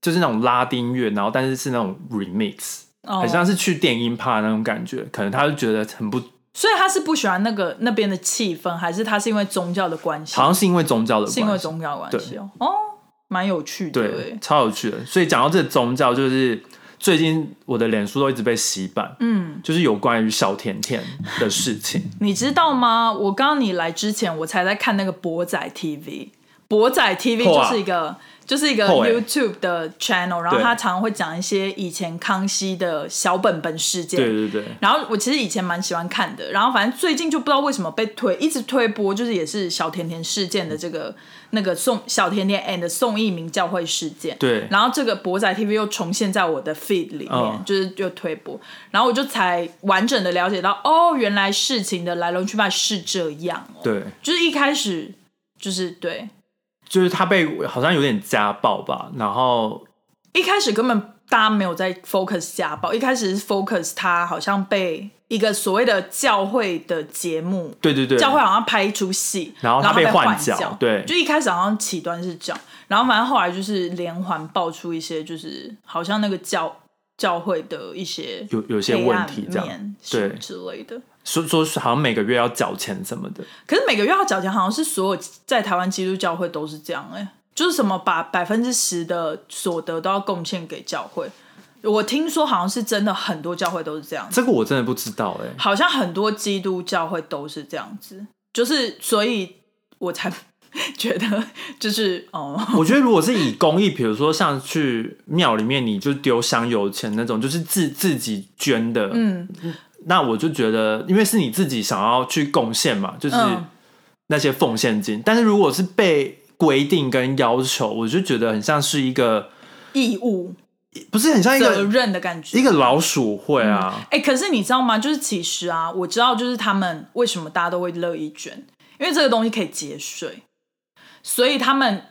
S2: 就是那种拉丁乐，然后但是是那种 remix，、
S1: 哦
S2: 很像是去电音趴那种感觉，可能他就觉得很不，
S1: 所以他是不喜欢那个那边的气氛，还是他是因为宗教的关系？
S2: 好像是因为宗教的
S1: 是因为
S2: 关系，
S1: 宗教的关系哦，哦，蛮有趣的、
S2: 对
S1: 哎，
S2: 超有趣的。所以讲到这个宗教，就是最近我的脸书都一直被洗版，
S1: 嗯，
S2: 就是有关于小甜甜的 事情。
S1: 你知道吗？我刚刚你来之前，我才在看那个博仔 TV，博仔 TV
S2: 破
S1: 就
S2: 啊
S1: 是一个。就是一个
S2: 破欸
S1: YouTube 的 channel，然后
S2: 对
S1: 他常常会讲一些以前康熙的小本本事件，
S2: 对对对，
S1: 然后我其实以前蛮喜欢看的，然后反正最近就不知道为什么被推，一直推播，就是也是小甜甜事件的这个那个宋小甜甜 and 宋一鸣教会事件。
S2: 对
S1: 然后这个博仔 TV 又重现在我的 feed 里面，
S2: 嗯
S1: 就是又推播，然后我就才完整的了解到，哦，原来事情的来龙去脉是这样哦。，
S2: 对，
S1: 就是一开始就是对，
S2: 就是他被好像有点家暴吧，然后
S1: 一开始根本大家没有在 focus 家暴，一开始是 focus 他好像被一个所谓的教会的节目。
S2: 对对对，
S1: 教会好像拍一出戏，
S2: 然后他
S1: 被
S2: 被换
S1: 角，
S2: 角对
S1: 就一开始好像起端是这样，然后反正后来就是连环爆出一些，就是好像那个教教会的一些
S2: 有有一些
S1: 黑
S2: 问
S1: 暗
S2: 题这样
S1: 面什
S2: 对
S1: 么之类的。
S2: 说说好像每个月要缴钱什么的，
S1: 可是每个月要缴钱，好像是所有在台湾基督教会都是这样、欸，哎，就是什么把百分之十的所得都要贡献给教会。我听说好像是真的，很多教会都是这样子
S2: 这个我真的不知 道哎、
S1: 好像很多基督教会都是这样子，就是所以我才觉得就是哦，
S2: 我觉得如果是以公益，比如说像去庙里面，你就丢香油钱那种，就是自自己捐的，
S1: 嗯，
S2: 那我就觉得，因为是你自己想要去贡献嘛，就是
S1: 嗯
S2: 那些奉献金。但是如果是被规定跟要求，我就觉得很像是一个，
S1: 义务
S2: 不是很像一
S1: 责
S2: 个
S1: 任的感觉
S2: 一。个老鼠会啊。
S1: 哎、可是你知道吗？就是其实啊，我知道就是他们为什么大家都会乐意捐，因为这个东西可以节税，所以他们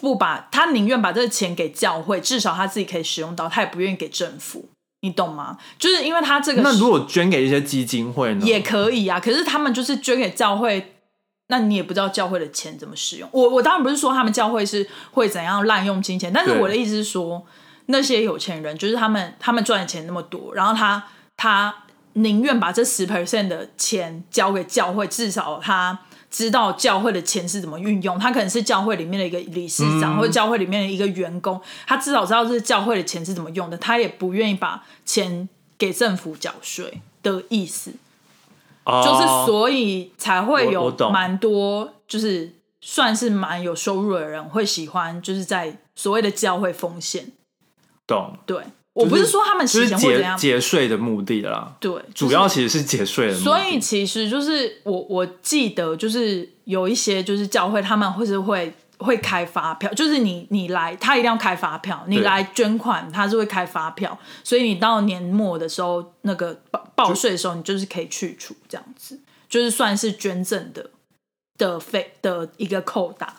S1: 不把他宁愿把这个钱给教会，至少他自己可以使用到，他也不愿意给政府，你懂吗？就是因为他这个
S2: 那
S1: 是
S2: 如果捐给一些基金会呢？
S1: 也可以啊，可是他们就是捐给教会。那你也不知道教会的钱怎么使用。我我当然不是说他们教会是会怎样滥用金钱，但是
S2: 对
S1: 我的意思是说，那些有钱人就是他们他们赚的钱那么多，然后他他宁愿把这十 percent 的钱交给教会，至少他知道教会的钱是怎么运用。他可能是教会里面的一个理事
S2: 嗯
S1: 长，或者教会里面的一个员工，他至少知道这教会的钱是怎么用的，他也不愿意把钱给政府缴税的意思。
S2: 哦
S1: 就是所以才会
S2: 我我
S1: 有
S2: 懂
S1: 蛮多，就是算是蛮有收入的人会喜欢，就是在所谓的教会奉献。
S2: 懂，
S1: 对我不是说他们
S2: 就
S1: 洗
S2: 是
S1: 钱或怎
S2: 节
S1: 样，
S2: 节税的目的啦。
S1: 对，
S2: 主要其实是节税的目的，
S1: 所以其实就是我我记得就是有一些就是教会他们会是会会开发票，就是你你来他一定要开发票，你
S2: 对
S1: 来捐款他是会开发票，所以你到年末的时候那个报报税的时候，你就是可以去除这样子，就是算是捐赠的的费的一个扣打，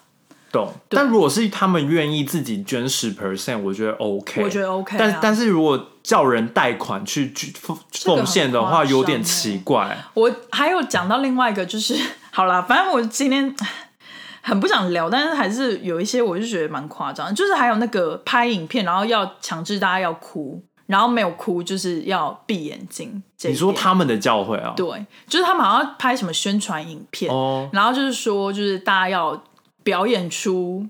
S2: 懂。
S1: 对
S2: 但如果是他们愿意自己捐十 percent，我觉得 OK，
S1: 我觉得 OK 啊
S2: 但但是如果叫人贷款去去奉
S1: 个
S2: 奉
S1: 很
S2: 献的
S1: 夸
S2: 话，
S1: 张
S2: 有点
S1: 欸
S2: 奇怪。
S1: 我还有讲到另外一个，就是 好啦，反正我今天 很不想聊，但是还是有一些我就觉得蛮夸张的，就是还有那个拍影片，然后要强制大家要哭，然后没有哭就是要闭眼睛这一点。
S2: 你说他们的教会啊？
S1: 对，就是他们好像拍什么宣传影片，
S2: 哦，
S1: 然后就是说，就是大家要表演出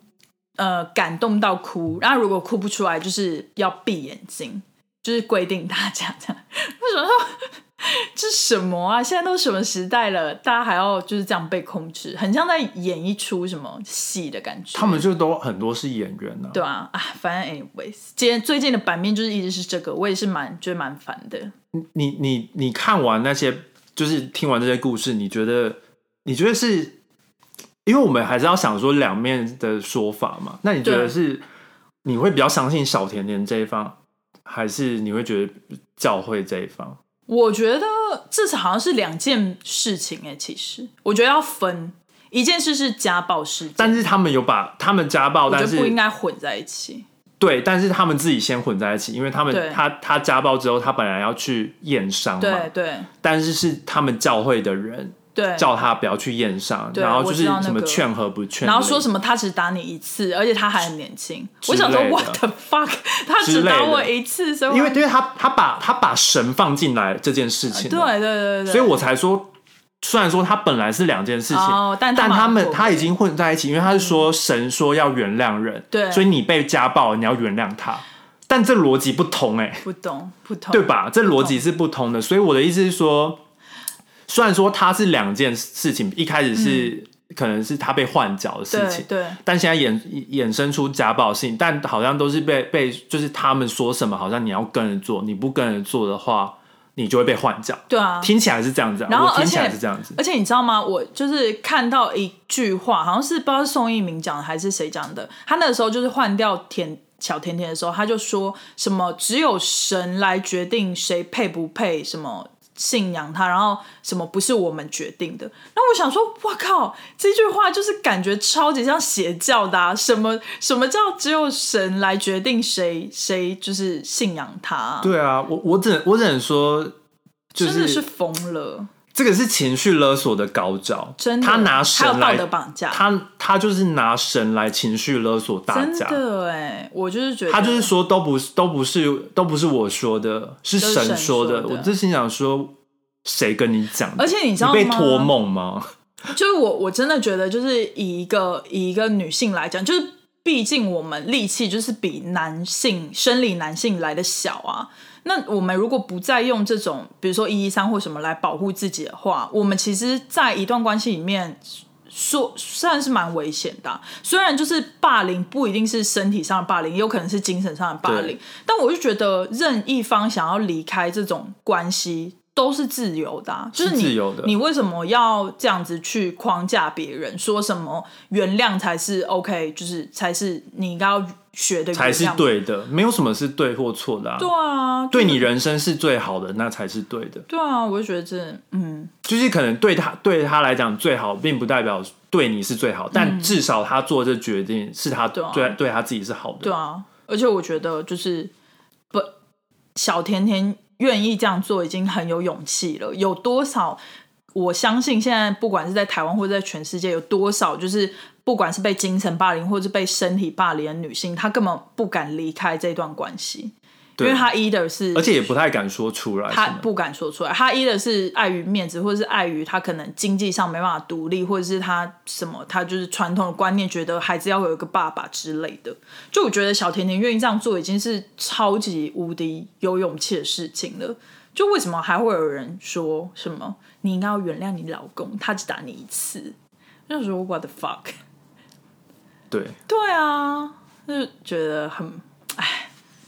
S1: 呃感动到哭，然后如果哭不出来，就是要闭眼睛，就是规定大家这样。为什么 说这什么啊？现在都什么时代了，大家还要就是这样被控制，很像在演一出什么戏的感觉。
S2: 他们就都很多是演员呢、
S1: 对啊啊，反正 anyways，今天最近的版面就是一直是这个，我也是蛮觉得蛮烦的。
S2: 你你你看完那些，就是听完这些故事，你觉得你觉得是，因为我们还是要想说两面的说法嘛。那你觉得
S1: 对
S2: 是你会比较相信小甜甜这一方，还是你会觉得教会这一方？
S1: 我觉得这是好像是两件事情哎、其实我觉得要分。一件事是家暴事件，
S2: 但是他们有把他们家暴，
S1: 我觉
S2: 但
S1: 得不应
S2: 是
S1: 该混在一起。
S2: 对，但是他们自己先混在一起，因为他
S1: 对
S2: 们他他家暴之后，他本来要去验伤
S1: 对
S2: 嘛，
S1: 对
S2: 但是是他们教会的人
S1: 对，
S2: 叫他不要去验伤，
S1: 对
S2: 然后
S1: 我
S2: 就是
S1: 知道那
S2: 什么
S1: 个
S2: 劝和不劝，
S1: 然后说什么他只打你一次，而且他还很年轻。
S2: 之
S1: 我想说
S2: 类的
S1: ，what the fuck？他只打我一次，所以我
S2: 因为因为他他把他把神放进来这件事情，
S1: 对对对对对，
S2: 所以我才说，虽然说他本来是两件事情，
S1: 哦但他
S2: 但
S1: 马
S2: 他
S1: 上
S2: 们
S1: 过
S2: 他已经混在一起，因为他是说神说要原谅人，
S1: 对
S2: 所以你被家暴，你要原谅他，但这逻辑不同哎、
S1: 不懂不懂，
S2: 对？吧？这逻辑是不同的，所以我的意思是说，虽然说它是两件事情，一开始是、可能是他被换角的事
S1: 嗯对
S2: 情，
S1: 对
S2: 但现在衍衍生出家暴性，但好像都是被被就是他们说什么，好像你要跟着做，你不跟着做的话，你就会被换角。
S1: 对啊！
S2: 听起来是这样子、啊，
S1: 然后
S2: 我听起
S1: 而
S2: 来
S1: 且
S2: 是这样子，
S1: 而且你知道吗？我就是看到一句话，好像是不知道是宋一鸣讲的还是谁讲的。他那个时候就是换掉甜小甜甜的时候，他就说什么只有神来决定谁配不配什么信仰他，然后什么不是我们决定的。然后我想说，我靠，这句话就是感觉超级像邪教的、啊，什么什么叫只有神来决定谁谁就是信仰他、啊，
S2: 对啊，我我只能我只能说，就
S1: 真的
S2: 是
S1: 是疯了，
S2: 这个是情绪勒索的高招，
S1: 真的。
S2: 他拿
S1: 还有
S2: 神
S1: 道
S2: 来
S1: 德绑架，
S2: 他他就是拿神来情绪勒索大
S1: 真
S2: 家，
S1: 的哎，我就是觉得
S2: 他就是说都不是都不是都不是我说的，是
S1: 都是
S2: 神
S1: 神
S2: 说的。
S1: 说的
S2: 我就心想说，谁跟你讲的？
S1: 而且你知道
S2: 你
S1: 吗？
S2: 被托梦吗？
S1: 就是我我真的觉得，就是以一个以一个女性来讲，就是毕竟我们力气就是比男性生理男性来的小啊。那我们如果不再用这种，比如说一一三或什么来保护自己的话，我们其实，在一段关系里面说算是蛮危险的啊、虽然就是霸凌不一定是身体上的霸凌，也有可能是精神上的霸凌
S2: 对，
S1: 但我就觉得任一方想要离开这种关系。都是自由的、啊，就是
S2: 是
S1: 你
S2: 自由的
S1: 你为什么要这样子去框架别人？说什么原谅才是 OK，就是才是你应该要学的原谅
S2: 才是对的，没有什么是对或错的、啊。
S1: 对啊，
S2: 对
S1: 就是
S2: 你人生是最好的，那才是对的。
S1: 对啊，我就觉得这嗯，
S2: 就是可能对他对他来讲最好，并不代表对你是最好，但至少他做这决定是他
S1: 嗯对啊
S2: 对对他自己是好的。
S1: 对啊，而且我觉得就是不小甜甜愿意这样做，已经很有勇气了。有多少？我相信现在不管是在台湾或者在全世界，有多少就是不管是被精神霸凌或者是被身体霸凌的女性，她根本不敢离开这段关系，因
S2: 对
S1: 为她 either 是
S2: 而且也不太敢说出来。
S1: 他
S2: 是吗
S1: 不敢说出来，他一的是碍于面子，或者是碍于他可能经济上没办法独立，或者是他什么，他就是传统的观念，觉得孩子要有一个爸爸之类的。就我觉得小甜甜愿意这样做，已经是超级无敌有勇气的事情了。就为什么还会有人说什么你应该要原谅你老公，他只打你一次？那时候 what the fuck？
S2: 对，
S1: 对啊，就是觉得很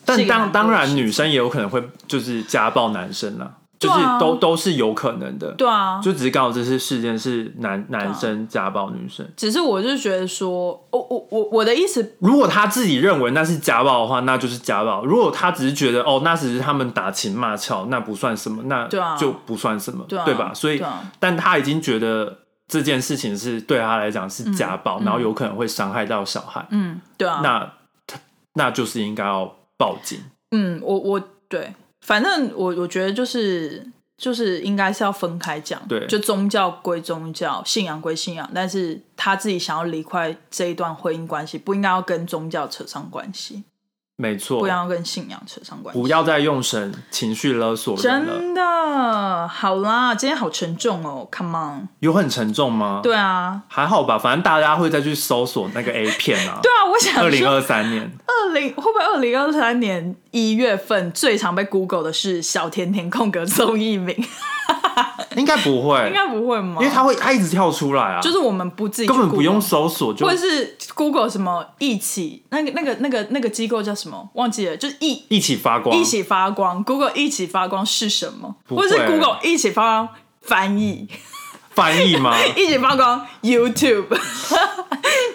S2: 但
S1: 这个
S2: 当
S1: 很多
S2: 当然
S1: 事
S2: 女生也有可能会就是家暴男生啦，就是
S1: 对啊
S2: 都都是有可能的。
S1: 对啊，
S2: 就只是刚好这次事件是男男生家暴女生，
S1: 只是我就觉得说，我我我我的意思
S2: 如果他自己认为那是家暴的话，那就是家暴；如果他只是觉得哦，那只是他们打情骂俏，那不算什么，那
S1: 对啊
S2: 就不算什么，
S1: 对啊
S2: 吧？所以，
S1: 对啊
S2: 但他已经觉得这件事情是对他来讲是家暴，然后有可能会伤害到小孩，
S1: 嗯，对啊，
S2: 那他那就是应该要报警。
S1: 嗯，我我对，反正我我觉得就是就是应该是要分开讲，
S2: 对
S1: 就宗教归宗教，信仰归信仰，但是他自己想要离开这一段婚姻关系，不应该要跟宗教扯上关系，
S2: 没错，
S1: 不要跟信仰扯上关系，
S2: 不要再用神情绪勒索人了，
S1: 真的好啦，今天好沉重哦，Come on，
S2: 有很沉重吗？，
S1: 对啊，
S2: 还好吧，反正大家会再去搜索那个 A 片啊。
S1: 对啊，我想
S2: 二零
S1: 说
S2: 二三年，
S1: 二零会不会二零二三年一月份最常被 Google 的是小甜甜空格宋一鸣，
S2: 应该不会，
S1: 应该不会吗？
S2: 因为它会，它一直跳出来啊，
S1: 就是我们不自己去
S2: 根本不
S1: Google
S2: 用搜索就
S1: 或者是 Google 什么一起那个那个那个那个机构叫什么忘记了，就是一
S2: 一起发光。
S1: 一起发光，Google 一起发光是什么？
S2: 不
S1: 或
S2: 会
S1: 者是 Google 一起发光翻 译，
S2: 翻译 吗？
S1: 一起发光 YouTube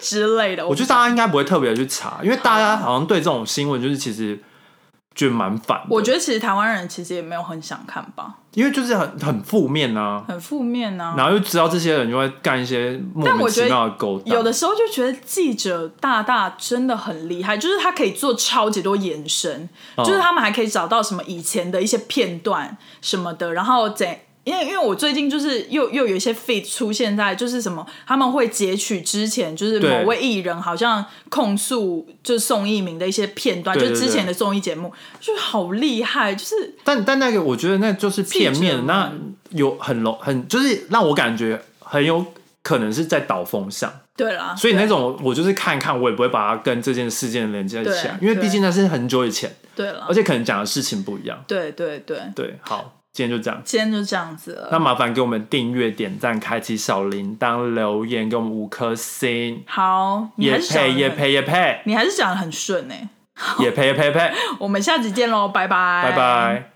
S1: 之类的。
S2: 我觉得大家应该不会特别去查，因为大家好像对这种新闻就是其实觉得蛮反的，
S1: 我觉得其实台湾人其实也没有很想看吧，
S2: 因为就是很很负面啊，
S1: 很负面啊。
S2: 然后又知道这些人就会干一些莫
S1: 但
S2: 名
S1: 我
S2: 其
S1: 觉
S2: 妙的
S1: 得
S2: 勾当，
S1: 有的时候就觉得记者大大真的很厉害，就是他可以做超级多延伸，
S2: 哦
S1: 就是他们还可以找到什么以前的一些片段什么的，然后怎。因为因为我最近就是又又有一些 feed 出现在就是什么他们会截取之前就是
S2: 对
S1: 某位艺人好像控诉就是宋一鸣的一些片段，
S2: 对
S1: 就
S2: 对
S1: 之前
S2: 对
S1: 的综艺节目，就是好厉害，就是
S2: 但但那个我觉得那就是片面，
S1: 记者
S2: 那有很容很就是让我感觉很有可能是在导风向，
S1: 对啦，
S2: 所以那种我就是看一看，我也不会把它跟这件事件连接起来，
S1: 对
S2: 因为毕竟那是很久以前，
S1: 对啦
S2: 而，且可能讲的事情不一样。
S1: 对对对，
S2: 对，好，今天就这样。
S1: 今天就这样子了。
S2: 那麻烦给我们订阅、点赞、开启小铃铛、留言，给我们五颗星。
S1: 好，你
S2: 也
S1: 还是讲得
S2: 配也
S1: 很
S2: 配也配
S1: 你还是讲的很顺哎、
S2: 也配也配配，
S1: 我们下集见喽，拜拜，
S2: 拜拜。